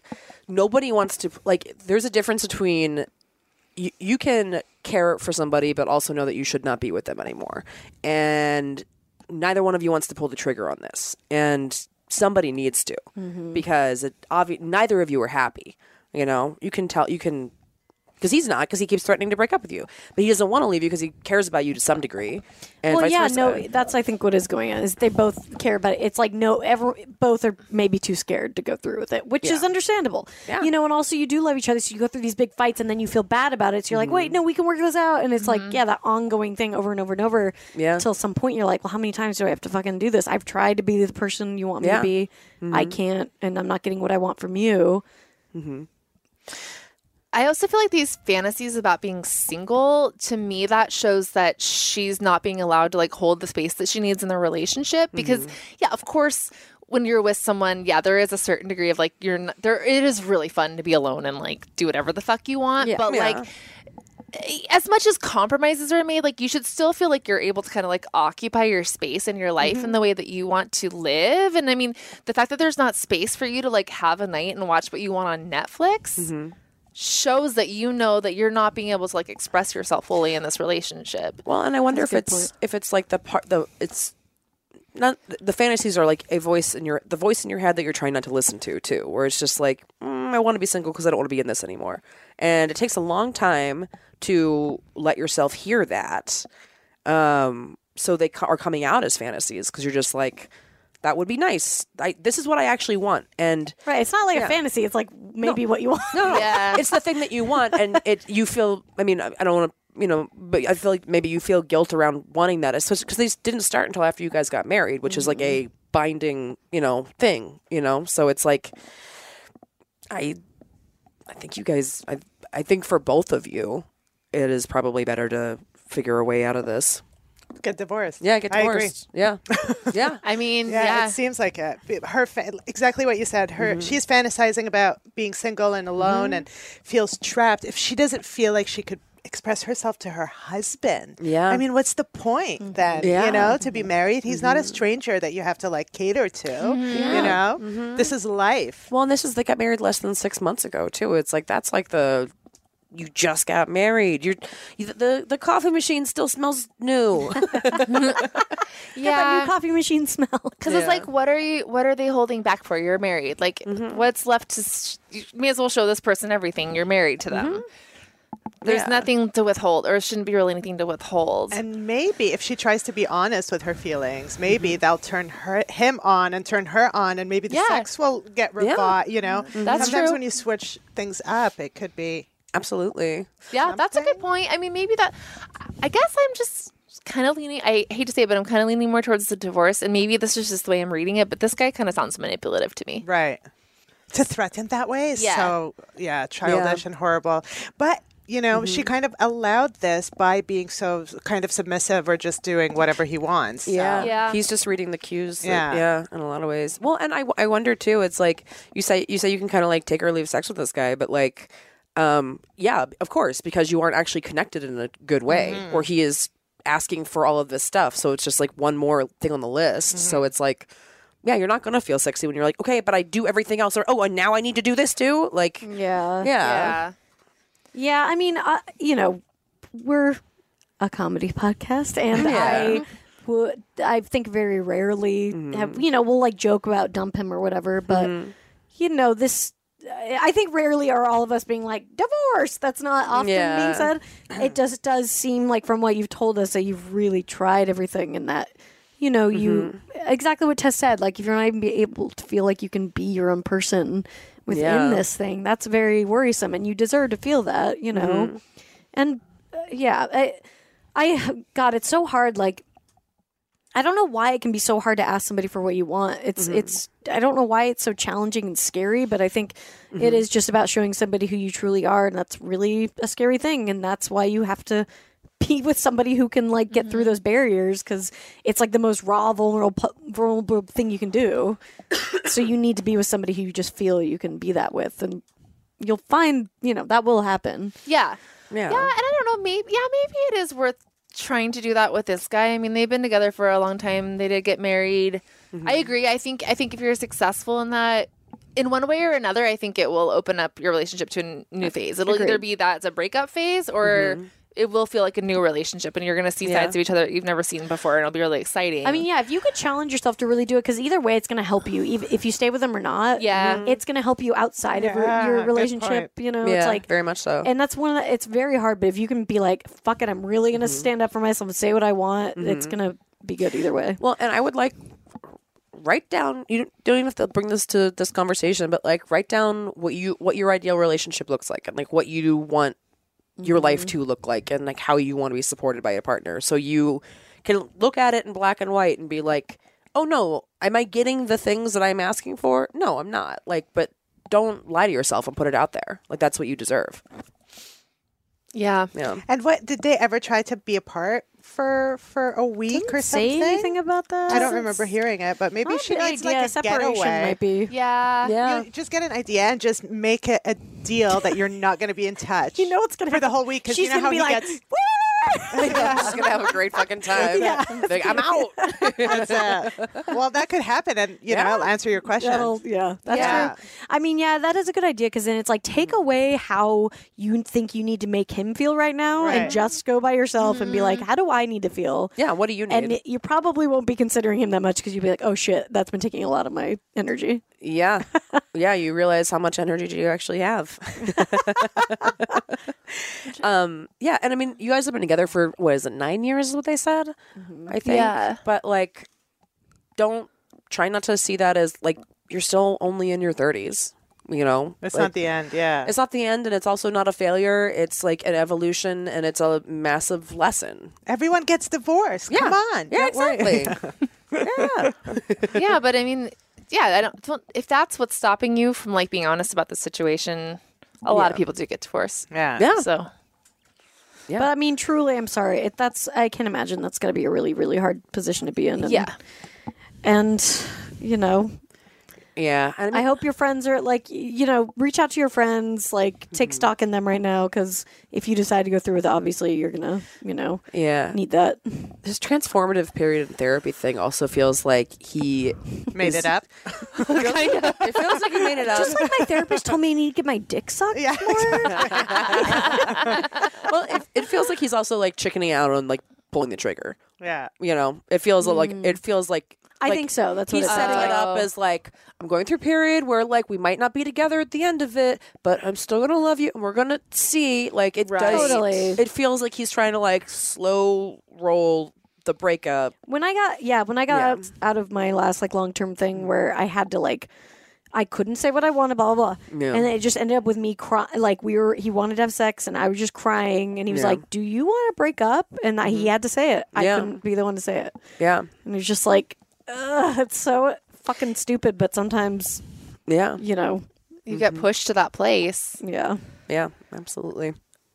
nobody wants to like. There's a difference between you, you can care for somebody, but also know that you should not be with them anymore, and neither one of you wants to pull the trigger on this, and somebody needs to
Mm-hmm.
because it obvi- neither of you are happy. You know, you can tell you can because he's not because he keeps threatening to break up with you but he doesn't want to leave you because he cares about you to some degree and
well
vice
yeah
versa.
no that's i think what is going on is they both care about it it's like no ever both are maybe too scared to go through with it which is understandable
Yeah.
you know and also you do love each other so you go through these big fights and then you feel bad about it so you're like
Mm-hmm.
wait no we can work this out and it's like yeah that ongoing thing over and over and over
Yeah.
till some point you're like well how many times do i have to fucking do this i've tried to be the person you want me
Yeah. Mm-hmm.
to be i can't and i'm not getting what i want from you
I also feel like these fantasies about being single, to me, that shows that she's not being allowed to like hold the space that she needs in the relationship. Because, yeah, of course, when you're with someone, yeah, there is a certain degree of like, you're not, there, it is really fun to be alone and like do whatever the fuck you want. But, like, eh, as much as compromises are made, like you should still feel like you're able to kind of like occupy your space in your life in the way that you want to live. And I mean, the fact that there's not space for you to like have a night and watch what you want on Netflix shows that you know that you're not being able to like express yourself fully in this relationship.
well and i wonder if
good
it's if it's like the part the it's not the fantasies are like a voice in your the voice in your head that you're trying not to listen to too where it's just like mm, i want to be single because i don't want to be in this anymore and it takes a long time to let yourself hear that um so they co- are coming out as fantasies because you're just like that would be nice I, this is what i actually want and
right it's not like a fantasy it's like maybe what you want
No, no,
Yeah.
it's the thing that you want, and it you feel. I mean, I I don't want to, you know, but I feel like maybe you feel guilt around wanting that, especially because these didn't start until after you guys got married, which is like a
Mm-hmm.
binding, you know, thing, you know. So it's like, I, I think you guys, I, I think for both of you, it is probably better to figure a way out of this.
Get divorced.
Yeah, get
I agree.
divorced. Yeah, yeah.
I mean,
Yeah,
yeah. Mm-hmm.
it seems like it. But Her fa- exactly what you said. Her she's fantasizing about being single and alone and feels trapped if she doesn't feel like she could express herself to her husband.
Yeah.
I mean, what's the
Mm-hmm.
point then?
Yeah.
You know, to be married, he's not a stranger that you have to like cater to.
Mm-hmm.
You know, this is life.
Well, and this is they got married less than six months ago too. It's like that's like the you just got married. You're you, the the coffee machine still smells new.
that
yeah.
new coffee machine smell
Cause it's like, what are you? What are they holding back for? You're married. Like, what's left to? Sh- you may as well show this person everything. You're married to them. There's
Yeah.
nothing to withhold, or it shouldn't be really anything to withhold.
And maybe if she tries to be honest with her feelings, maybe that'll turn her him on and turn her on, and maybe the
Mm-hmm. Yeah. Mm-hmm.
sex will get revived. You know,
That's
sometimes
true.
when you switch things up, it could be
Absolutely.
yeah, that's a good point. I mean, maybe that. I guess I'm just kind of leaning. I hate to say it, but I'm kind of leaning more towards the divorce. And maybe this is just the way I'm reading it. But this guy kind of sounds manipulative to me.
Right. To threaten that way is
Yeah.
so yeah, childish and horrible. But you know, she
Mm-hmm.
kind of allowed this by being so kind of submissive or just doing whatever he wants. so-
Yeah.
Yeah.
He's just reading the cues. like,
Yeah.
yeah. In a lot of ways. Well, and I, w- I wonder too. It's like you say you say you can kind of like take or leave sex with this guy, but like, um, yeah, of course, because you aren't actually connected in a good way, or he is asking for all of this stuff. So it's just like one more thing on the list. So it's like. Yeah, you're not gonna feel sexy when you're like, okay, but I do everything else, or oh, and now I need to do this too. Like, yeah,
Yeah. Yeah, I mean, uh, you know, we're a comedy podcast, and I would, I think very rarely
Mm-hmm.
have, you know, we'll like joke about dump him or whatever, but you know, this. I I think rarely are all of us being like divorce. That's not often
Yeah.
being said. It just does seem like from what you've told us that you've really tried everything, and that you know you
Mm-hmm.
exactly what Tess said. Like if you're not even be able to feel like you can be your own person within
Yeah.
this this thing. That's very worrisome, and you deserve to feel that, you know.
Mm-hmm.
And uh, yeah, I, I, God, it's so hard. Like, I don't know why it can be so hard to ask somebody for what you want. It's, it's, I don't know why it's so challenging and scary, but I think it is just about showing somebody who you truly are, and that's really a scary thing, and that's why you have to be with somebody who can like get through those barriers because it's like the most raw vulnerable vulnerable thing you can do so you need to be with somebody who you just feel you can be that with and you'll find you know that will happen
Yeah. Yeah, Uh, and I don't know. Maybe yeah, maybe it is worth trying to do that with this guy. I mean, they've been together for a long time. They did get married.
Mm-hmm.
I agree. I think I think if you're successful in that, in one way or another, I think it will open up your relationship to a n- new phase. It'll either be that it's a breakup phase or.
Mm-hmm.
It will feel like a new relationship, and you're going to see sides of each other that you've never seen before, and it'll be really exciting.
i mean yeah if you could challenge yourself to really do it because either way it's going to help you ev- if you stay with them or not
Yeah. Mhm.
it's going to help you outside of your-
Mm-hmm. Yeah,
your,
good
relationship you know it's like
very much so.
and that's one of the, it's very hard but if you can be like fuck it i'm really going
Mm-hmm.
to stand up for myself and say what i want it's going to be good either way
Well, and I would like write down. You don't- don't even have to bring this to this conversation, but like write down what you what your ideal relationship looks like, and like what you want your life to look like, and like how you want to be supported by a partner. So you can look at it in black and white and be like, oh no, am I getting the things that I'm asking for? No, I'm not. Like, but don't lie to yourself and put it out there. Like that's what you deserve.
yeah,
Yeah.
And what did they ever try to be apart for for a week or
say
something?
anything about that
I don't remember hearing it, but maybe
Might
she
be an
needs
idea.
like a
separation
getaway.
might be
yeah,
You know, just get an idea and just make it a deal that you're not going to be in touch.
you know it's going to
for the whole week because you
she's
know how
gonna
he
be like
gets.
I'm just gonna have a great fucking time. Like, I'm out.
That's it. Well, that could happen, and you know, I'll answer your question.
That'll, yeah, that's
Yeah.
true. I mean, yeah, that is a good idea because then it's like take
Mm-hmm.
away how you think you need to make him feel right now,
Right.
and just go by yourself and be like, how do I need to feel?
Mm-hmm. yeah. What do you need?
And it- you probably won't be considering him that much because you'd be like, oh shit, that's been taking a lot of my energy.
Yeah. yeah, you realize how much energy do you actually have. um, yeah, and I mean, you guys have been together for what is it, 9 years is what they said? I think.
Yeah.
But like don't try not to see that as like you're still only in your 30s, you know?
That's
Like,
not the end. Yeah.
it's not the end and it's also not a failure. It's like an evolution and it's a massive lesson.
Everyone gets divorced.
Yeah.
Come on.
Yeah,
Don't worry.
exactly. yeah.
yeah, but I mean, yeah, I don't. well, If that's what's stopping you from like being honest about the situation, a lot of people do get divorced.
Yeah.
Yeah.
So
Yeah.
But I mean, truly, I'm sorry. It, that's I can imagine that's going to be a really, really hard position to be in. And,
yeah,
and you know,
Yeah. And I mean,
I hope your friends are like, y- you know, reach out to your friends, like take
Mm-hmm.
stock in them right now, because if you decide to go through with it, obviously you're gonna, you know,
yeah.
need that.
This transformative period in therapy thing also feels like he
Made it up.
It feels like you made it up.
Just like my therapist told me I need to get my dick sucked
Yeah,
more.
well, it, it feels like he's also like chickening out on like pulling the trigger.
Yeah.
You know, it feels like it feels like.
Mm. I
like
think so. That's what
He's
it
setting
sounds
it up as like I'm going through a period where like we might not be together at the end of it, but I'm still gonna love you, and we're gonna see. Like it does.
Totally.
It feels like he's trying to like slow roll the breakup.
when I got yeah, when I got out, out of my last like long term thing where I had to like I couldn't say what I wanted, blah blah blah.
Yeah.
And it just ended up with me crying. Like we were, he wanted to have sex, and I was just crying. And he was
Yeah. Mm-hmm.
like, "Do you want to break up?" And I, he had to say it. I
Yeah.
couldn't be the one to say it.
Yeah.
And it was just like, Ugh, it's so fucking stupid. But sometimes,
Yeah.
you know,
You
Mm-hmm.
get pushed to that place.
yeah.
Yeah. Absolutely.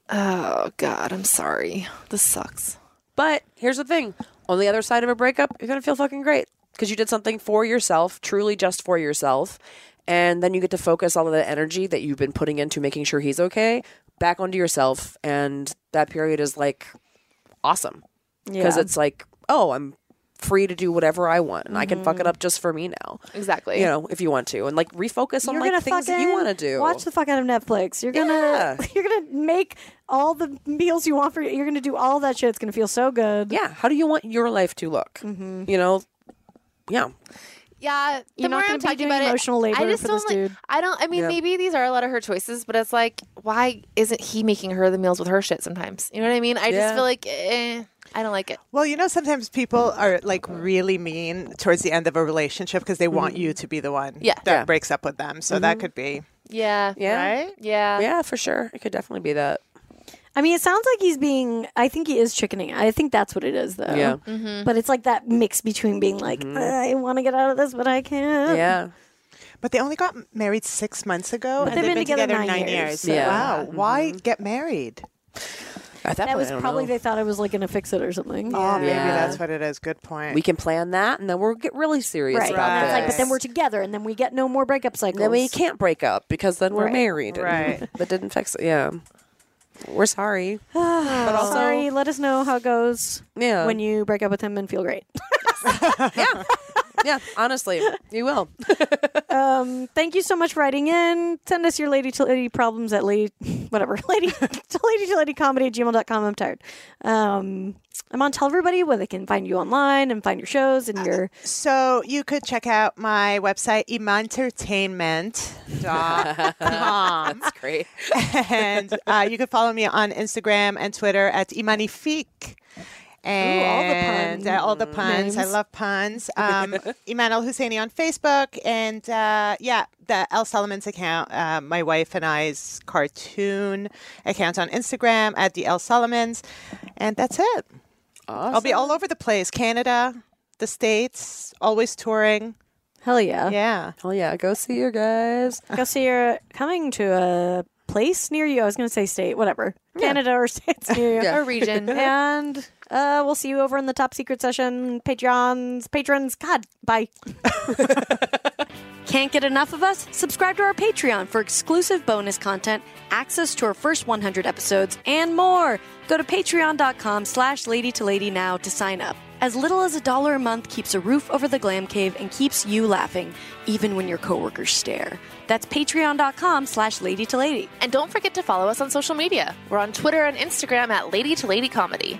Oh God, I'm sorry. This sucks.
But here's the thing on the other side of a breakup, you're going to feel fucking great because you did something for yourself, truly just for yourself. And then you get to focus all of the energy that you've been putting into making sure he's okay back onto yourself. And that period is like awesome because
Yeah.
it's like, oh, I'm free to do whatever I want and I can
Mm-hmm.
fuck it up just for me now.
Exactly.
You know, if you want to, and like refocus on like things that you
fucking
want to do.
Watch the fuck out of Netflix. You're gonna
Yeah.
you're gonna make all the meals you want for you're gonna do all that shit. It's gonna feel so good.
yeah. How do you want your life to look?
Mm-hmm.
You know, yeah.
Yeah, the
You're not
more
gonna
I'm
be
talking
doing
about
emotional
it,
labor
I just
for
don't
this
like.
dude.
I don't. I mean,
Yeah.
maybe these are a lot of her choices, but it's like, why isn't he making her the meals with her shit sometimes? You know what I mean? I just
Yeah.
feel like, eh, I don't like it.
Well, you know, sometimes people are like really mean towards the end of a relationship because they want you to be the one
Yeah.
that breaks up with them. So that could be
Yeah.
Yeah.
right.
Yeah.
Yeah, for sure. It could definitely be that.
I mean, it sounds like he's being. I think he is chickening. I think that's what it is, though.
Yeah. Mm-hmm.
But it's like that mix between being like, I want to get out of this, but I can't.
Yeah.
But they only got m- married six months ago, and
they've been together nine years,
so- Yeah.
Wow. Why get married?
At
That
point,
was
I don't
probably
know.
they thought I was like gonna fix it or something.
Oh, maybe
Yeah.
that's what it is. Good point.
we can plan that, and then we'll get really serious
Right.
about
And it's
this.
like, but then we're together, and then we get no more breakup cycles.
then we can't break up because then we're
Right.
married. and
Right.
That didn't fix it. Yeah. We're sorry.
but
also-
sorry. Let us know how it goes
Yeah.
when you break up with him and feel great.
yeah. Yeah. Honestly, you will.
um, thank you so much for writing in. Send us your lady to lady problems at lady, whatever, lady to lady to lady comedy at gmail.com. I'm tired. Um, I'm on tell everybody where they can find you online and find your shows and your.
So you could check out my website, imantertainment.com.
That's great.
and uh, you can follow me on Instagram and Twitter at Imanifique. And
pun
uh, all the puns. I
names.
love puns. Um, Iman Al Husseini on Facebook. And uh, yeah, the El Solomons account, uh, my wife and I's cartoon account on Instagram at the El Solomons. And that's it. I'll be all over the place Canada, the States, always touring.
Hell yeah.
Yeah.
Hell yeah. Go see your guys.
Go see you're coming to a place near you. I was going to say state, whatever. Canada or states near you.
Our region.
And uh, we'll see you over in the top secret session. Patreons, patrons, God, bye. Can't get enough of us? Subscribe to our Patreon for exclusive bonus content, access to our first 100 episodes, and more. Go to patreon.com slash lady to lady now to sign up. As little as a dollar a month keeps a roof over the glam cave and keeps you laughing, even when your coworkers stare. That's patreon.com slash lady to lady.
And don't forget to follow us on social media. We're on Twitter and Instagram at Lady to Lady Comedy.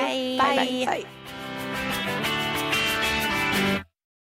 Bye.
Bye.
Bye.